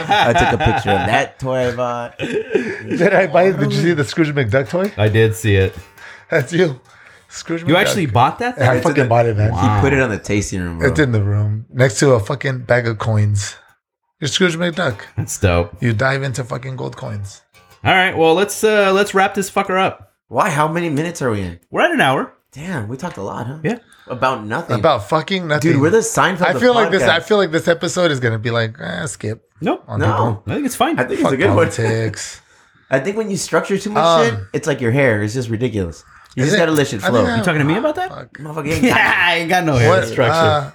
S1: bought. I took a picture of that toy I bought.
S2: did I buy?
S1: <laughs>
S2: Did you see the Scrooge McDuck toy?
S3: I did see it.
S2: That's you. Scrooge
S3: You
S2: McDuck.
S3: actually bought that?
S2: I
S3: Thing?
S2: fucking bought it, man.
S1: He put it on the tasting room. Bro.
S2: It's in the room next to a fucking bag of coins. You're Scrooge McDuck.
S3: That's dope.
S2: You dive into fucking gold coins.
S3: All right, well let's uh let's wrap this fucker up.
S1: Why? How many minutes are we in?
S3: We're at an hour.
S1: Damn, we talked a lot, huh?
S3: Yeah.
S1: About nothing.
S2: About fucking nothing.
S1: Dude, we're the Seinfeld.
S2: I
S1: of
S2: feel like this. I
S1: podcasts.
S2: feel like this episode is gonna be like eh, skip
S3: Nope.
S2: on
S1: Oh, No.
S2: people.
S3: I think it's fine.
S1: I think it's
S2: Fuck
S1: a good one. <laughs>
S2: politics.
S1: I think when you structure too much
S2: Um,
S1: shit, it's like your hair. It's just ridiculous. You
S2: Is
S1: just
S2: it?
S1: gotta let shit
S2: I think
S1: flow.
S2: I-
S3: you talking to me about that?
S2: Fuck.
S1: Motherfucker, ain't got-
S3: <laughs> Yeah,
S2: <laughs>
S3: I ain't got no hair
S2: What,
S3: structure.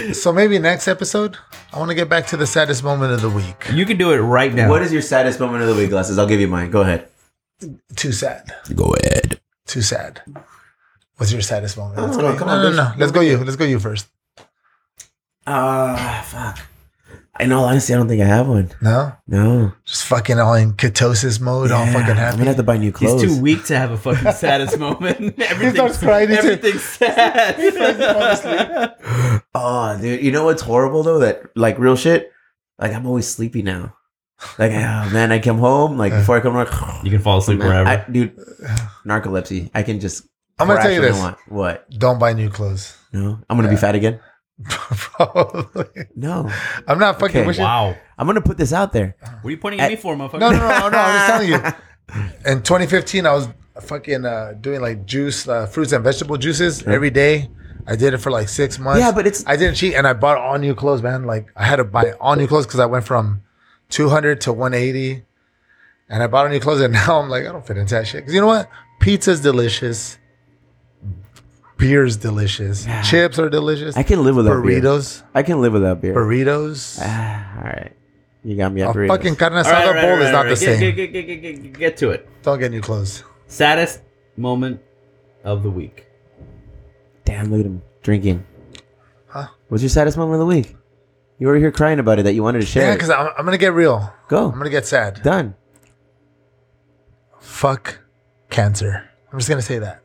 S2: uh, so maybe next episode, I want to get back to the saddest moment of the week.
S3: you can do it right now.
S1: What is your saddest moment of the week, Glasses? I'll give you mine. Go ahead.
S2: Too sad.
S1: Go ahead.
S2: Too sad. What's your saddest moment?
S1: No,
S2: Let's
S1: no,
S2: go.
S1: no, come
S2: no,
S1: on,
S2: no,
S1: there's-
S2: no. Let's go you. Let's go you first.
S1: Ah, fuck. In all honesty, I don't think I have one.
S2: No,
S1: No.
S2: just fucking all in ketosis mode, all
S1: Yeah,
S2: fucking
S1: I'm
S2: happy.
S1: gonna have to buy new clothes.
S3: He's too weak to have a fucking
S1: <laughs>
S3: saddest moment.
S2: starts
S3: Everything's,
S2: crying, he said-
S3: everything's sad.
S1: Oh, dude. You know what's horrible though? That like real shit. Like I'm always sleepy now. <laughs> Like oh man, I come home like before I come work.
S3: <laughs> you can fall asleep
S1: Man,
S3: wherever.
S1: I, dude, narcolepsy. I can just.
S2: I'm gonna
S1: crash
S2: tell you
S1: when I
S2: this.
S1: want. What?
S2: Don't buy new clothes. <laughs>
S1: No, I'm gonna be fat again.
S2: Probably.
S1: No,
S2: I'm not fucking
S1: Okay.
S2: wishing.
S3: wow.
S1: I'm gonna put this out there.
S3: What are you pointing at me for, motherfucker?
S2: No, no, no, Oh, no, no. I'm
S1: <laughs>
S2: just telling you. In 2015, I was fucking uh, doing like juice, uh, fruits and vegetable juices every day. I did it for like six months.
S1: Yeah, but it's-
S2: I didn't cheat, and I bought all new clothes, man. Like I had to buy all new clothes because I went from 200 to 180, and I bought all new clothes, and <laughs> now I'm like, I don't fit into that shit. Because you know what? Pizza's delicious. Beer's delicious. Chips are delicious.
S1: I can live without Beer.
S2: burritos.
S1: I can live without beer.
S2: Burritos.
S1: Ah, all right, you got me at
S2: A
S1: burritos.
S2: fucking carne
S3: All right,
S2: asada
S3: all right,
S2: bowl
S3: all right,
S2: is not the
S3: all right.
S2: same.
S3: Get, get, get, get, get, get to it.
S2: Don't get new clothes.
S3: Saddest moment of the week.
S1: Damn, look at him drinking.
S2: Huh?
S1: What's your saddest moment of the week? You were here crying about it that you wanted to share.
S2: Yeah,
S1: it.
S2: because I'm, I'm gonna get real.
S1: Go.
S2: I'm gonna get sad.
S1: Done.
S2: Fuck cancer. I'm just gonna say that.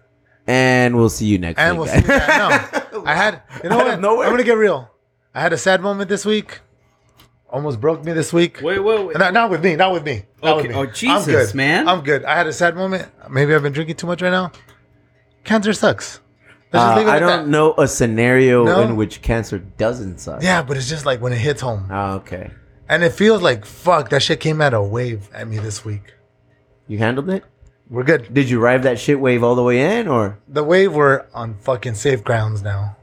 S1: And we'll see you next
S2: And we'll
S1: week.
S2: see. That.
S1: <laughs>
S2: No, I had. You know
S1: Out of
S2: what?
S1: nowhere.
S2: I'm gonna get real. I had a sad moment this week. Almost broke me this week.
S3: Wait, wait, wait.
S2: Not, not with me. Not with me. Not with
S3: Okay.
S2: me.
S3: Oh,
S2: I'm
S3: Jesus,
S2: good.
S3: man.
S2: I'm good. I had a sad moment. Maybe I've been drinking too much right now. Cancer sucks. Let's
S1: Uh,
S2: leave it
S1: I
S2: at
S1: don't
S2: that.
S1: know a scenario
S2: No?
S1: in which cancer doesn't suck.
S2: Yeah, but it's just like when it hits home,
S1: Ah, okay.
S2: and it feels like fuck. That shit came at a wave at me this week.
S1: You handled it?
S2: We're good.
S1: Did you ride that shit wave all the way in, or
S2: The wave we're on fucking safe grounds now.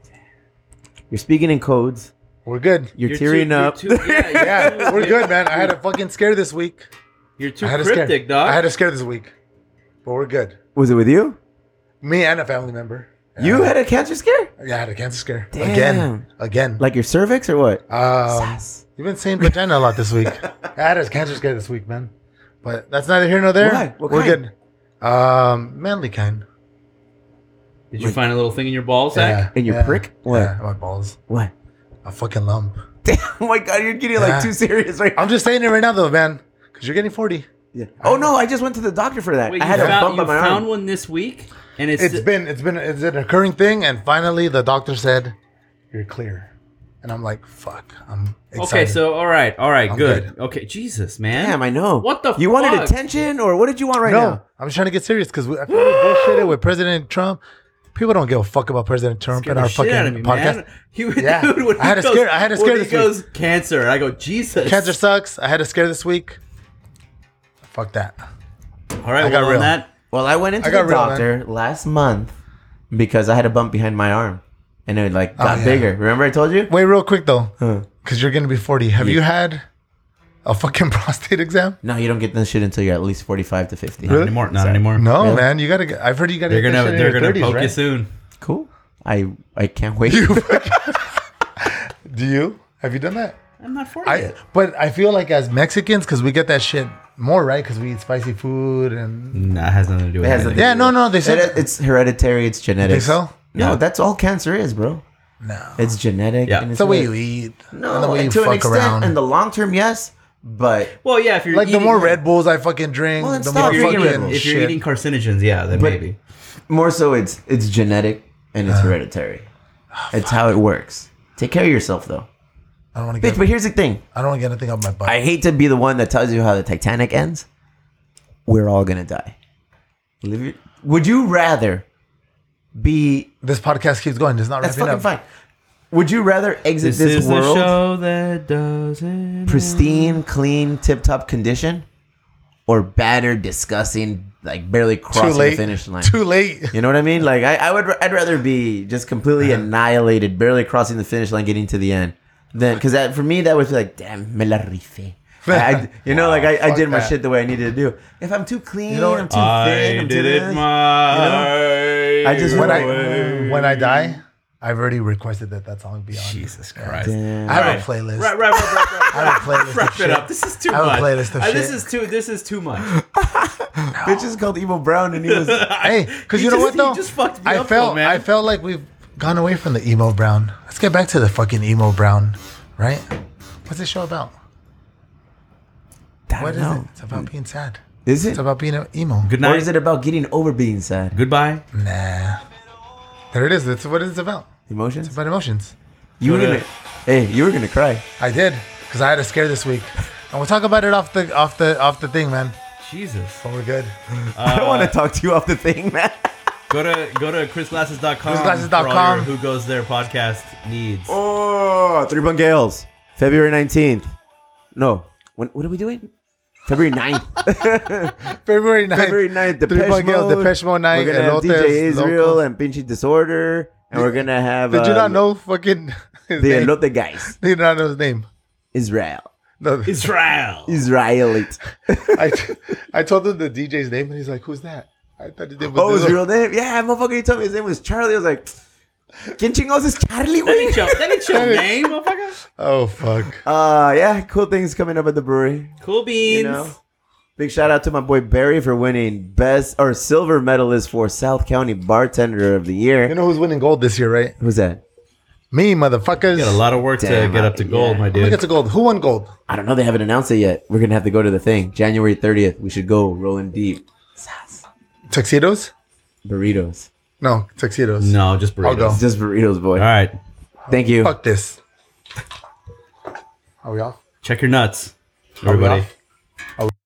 S1: you're speaking in codes?
S2: We're good.
S1: You're,
S3: You're too-
S1: tearing
S3: you're
S1: up.
S3: too-
S2: <laughs>
S3: yeah, you're
S2: Yeah,
S3: too-
S2: we're good, man. I had a fucking scare this week.
S3: You're too
S2: I had a
S3: cryptic,
S2: scare.
S3: dog.
S2: I had a scare this week, but we're good.
S1: <laughs> Was it with you?
S2: Me and a family member.
S1: You
S2: Yeah,
S1: had a cancer scare?
S2: I- yeah, I had a cancer scare
S1: Damn.
S2: again, again.
S1: Like your cervix or what?
S2: um, you've been saying vagina a lot
S1: <laughs>
S2: this week. I had a cancer scare this week, man. But that's neither here nor there.
S1: Why? What
S2: we're
S1: kind?
S2: good. Um, manly kind.
S3: Did you find a little thing in your ball sack?
S1: And your prick? What?
S2: Yeah, my balls.
S1: What? <laughs>
S2: A fucking lump.
S1: Damn, oh my god, you're getting
S2: Yeah.
S1: like too serious right
S2: I'm just saying it right now, though, man, because you're getting forty.
S1: Yeah. Oh no, I just went to the doctor for that.
S3: Wait,
S1: I had
S3: you
S1: a
S3: found,
S1: bump
S3: you
S1: on my
S3: found
S1: arm.
S3: one this week, and it's,
S2: it's been it's been it's an occurring thing and finally the doctor said you're clear and i'm like fuck i'm excited.
S3: okay. So, all right, all right,
S2: I'm
S3: good. Okay, Jesus, man.
S1: Damn, I know.
S3: What the
S1: You wanted
S3: fuck?
S1: attention, or what did you want right
S2: no
S1: now?
S2: i'm trying to get serious because i feel like bullshitted with president trump people don't give a fuck about president trump and
S3: Scared the
S2: our
S3: shit
S2: fucking
S3: out of me,
S2: podcast
S3: Man. He,
S2: Yeah.
S3: dude, when
S2: I had
S3: he
S2: a
S3: goes,
S2: scare- I had a scare
S3: when
S2: this
S3: he
S2: week.
S3: goes cancer, and I go Jesus.
S2: cancer sucks i had a scare this week fuck that
S3: All right,
S2: I got
S3: well, on
S2: real.
S3: that
S1: Well, I went into
S2: I got
S1: the
S2: real,
S1: doctor last month because I had a bump behind my arm, and it like got
S2: Oh, yeah.
S1: bigger. Remember I told you?
S2: Wait, real quick though,
S1: Huh.
S2: because you're gonna be 40. Have you had a fucking <laughs> prostate exam?
S1: No, you don't get this shit until you're at least forty-five to fifty.
S3: Not anymore. Not anymore.
S2: No,
S1: Really?
S2: man. You gotta. get I've heard you gotta.
S3: They're
S2: get that
S3: gonna
S2: shit in
S3: they're
S2: your
S3: gonna
S2: 30s,
S3: poke
S2: right?
S3: you soon.
S1: Cool. I I can't
S2: <laughs>
S1: wait.
S2: Do you? Have you done that?
S3: I'm not for
S2: I.
S3: it.
S2: But I feel like as Mexicans, because we get that shit more, right? Because we eat spicy food and.
S3: Nah, it has nothing to do with
S1: It has
S3: anything.
S1: nothing-
S2: Yeah, no, no. They said
S1: <laughs> It-
S2: <laughs>
S1: it's hereditary. It's genetic.
S2: Think so?
S1: No,
S3: Yeah.
S1: that's all cancer is, bro.
S2: No.
S1: It's genetic.
S3: Yeah.
S1: and
S2: It's
S1: it's
S2: the way you
S1: hereditary.
S2: eat.
S1: No,
S2: and the way you
S1: to an
S2: fuck
S1: extent,
S2: around.
S1: in the long term, yes, but
S3: Well, yeah, if you're
S2: like the
S3: eating-
S2: more Red Bulls I fucking drink,
S1: Well, then
S2: the
S1: stop
S2: more
S3: if you're,
S1: drinking Red
S2: fucking
S3: eating,
S1: Bull.
S3: if you're
S2: shit.
S3: eating carcinogens, yeah, then
S1: But-
S3: maybe.
S1: more so, it's it's genetic and
S2: Uh.
S1: it's hereditary. it's how it works. Take care of yourself, though.
S2: I don't want to
S1: Bitch,
S2: get.
S1: but here's the thing.
S2: I don't want to get anything up my butt.
S1: I hate to be the one that tells you how the Titanic ends. We're all gonna die. Live your, would you rather be?
S2: this podcast keeps going. It's not
S1: That's
S2: wrapping
S1: fucking
S2: up.
S1: fine. Would you rather exit
S3: This,
S1: this,
S3: is
S1: world
S3: the show that doesn't
S1: pristine, clean, tip-top condition, or battered, disgusting, like barely
S2: Too
S1: crossing the
S2: late.
S1: finish line?
S2: Too late.
S1: You know what I mean? Like I, I would, I'd rather be just completely
S2: Uh-huh.
S1: annihilated, barely crossing the finish line, getting to the end, than because that for me that would be like, damn, me la rife. I,
S2: <laughs>
S1: I- you know, like I, I
S2: fuck
S1: did my
S2: that.
S1: shit the way I needed to do. If I'm too clean,
S2: know what?
S1: I'm too
S3: I
S1: thin. I'm too
S3: did it
S1: this.
S3: my
S1: I just
S2: when
S1: Away.
S2: I when I die, I've already requested that that song be on.
S3: Jesus Christ.
S2: I have
S3: Right.
S2: a playlist.
S3: Right, right, right, right,
S2: <laughs>
S3: right.
S2: I have a playlist. of
S3: <laughs> Wrap
S2: shit.
S3: it up. This is too
S2: I have a
S3: much.
S2: playlist of
S3: Uh, This
S2: shit.
S3: is too. This is too much.
S1: bitch is called Evil Brown, and he
S2: <laughs>
S1: was
S3: <laughs>
S2: Hey, because
S3: He
S2: you know
S3: just-
S2: what though?
S3: he just fucked me
S2: I
S3: up,
S2: felt
S3: though, man.
S2: I felt like we've gone away from the emo brown. Let's get back to the fucking emo brown, right? What's this show about?
S1: I
S2: What
S1: don't
S2: is
S1: know.
S2: it? It's about being sad.
S1: Is
S2: It's
S1: it?
S2: about being emo.
S3: Good
S1: Or
S3: night.
S1: is it about getting over being sad?
S3: Goodbye.
S2: Nah. There it is. That's what it's about.
S1: Emotions.
S2: It's about emotions.
S1: You were
S3: Go to-
S1: gonna, hey, you were gonna cry. <laughs>
S2: I did because I had a scare this week, and we'll talk about it off the off the off the thing, man.
S3: Jesus.
S2: But we're good.
S1: I don't
S2: Uh,
S1: want to talk to you off the thing, man.
S3: Go to go to chrisglasses.com.
S2: chrisglasses.com.
S3: for all your Who goes there? Podcast needs.
S1: Oh, Three Bunk Gales, February 19th. No, when, what are we doing?
S2: <laughs>
S1: February 9th.
S2: February
S1: <laughs>
S2: 9th.
S1: February 9th, Depeche
S2: Three Bunk Gale,
S1: Mode.
S2: Depeche Mode
S1: We're
S2: night.
S1: going to have
S2: Elotes,
S1: DJ Israel
S2: Loco.
S1: and Pinchy Disorder. And we're going to have
S2: Did you
S1: uh,
S2: not know fucking <laughs> his
S1: the
S2: name?
S1: Elote guys.
S2: Did you not know his name?
S1: Israel.
S2: No,
S3: Israel.
S2: <laughs>
S1: Israelite.
S2: I, I told him the DJ's name, and he's like, "Who's that?" I thought his name was
S1: Oh, his
S2: Dizzle.
S1: real name? Yeah, motherfucker, he told me his name was Charlie. I was like, ¿Quién chingados is
S2: <laughs>
S1: Charlie,
S3: That ain't
S1: güey?
S3: your, that ain't your name, motherfucker.
S2: Oh fuck!
S1: Uh, yeah, cool things coming up at the brewery.
S3: Cool beans.
S1: You know? Big shout out to my boy Barry for winning best or silver medalist for South County Bartender of the
S2: You
S1: Year.
S2: know who's winning gold this year, right?
S1: Who's that?
S2: Me, motherfuckers.
S3: Got a lot of work
S1: Damn,
S3: to get up to
S1: I-
S3: gold,
S1: yeah.
S3: my
S2: Look
S3: dude.
S2: at the gold. Who won gold?
S1: I don't know. They haven't announced it yet. We're gonna have to go to the thing. January thirtieth. We should go rolling deep.
S2: Tuxedos?
S1: Burritos.
S2: No, tuxedos.
S3: No, just burritos.
S2: I'll go.
S1: It's
S2: All
S1: just burritos, boy.
S3: All right.
S1: Thank you.
S2: Fuck this. Are we off?
S3: Check your nuts,
S2: Are we
S3: everybody.
S2: off?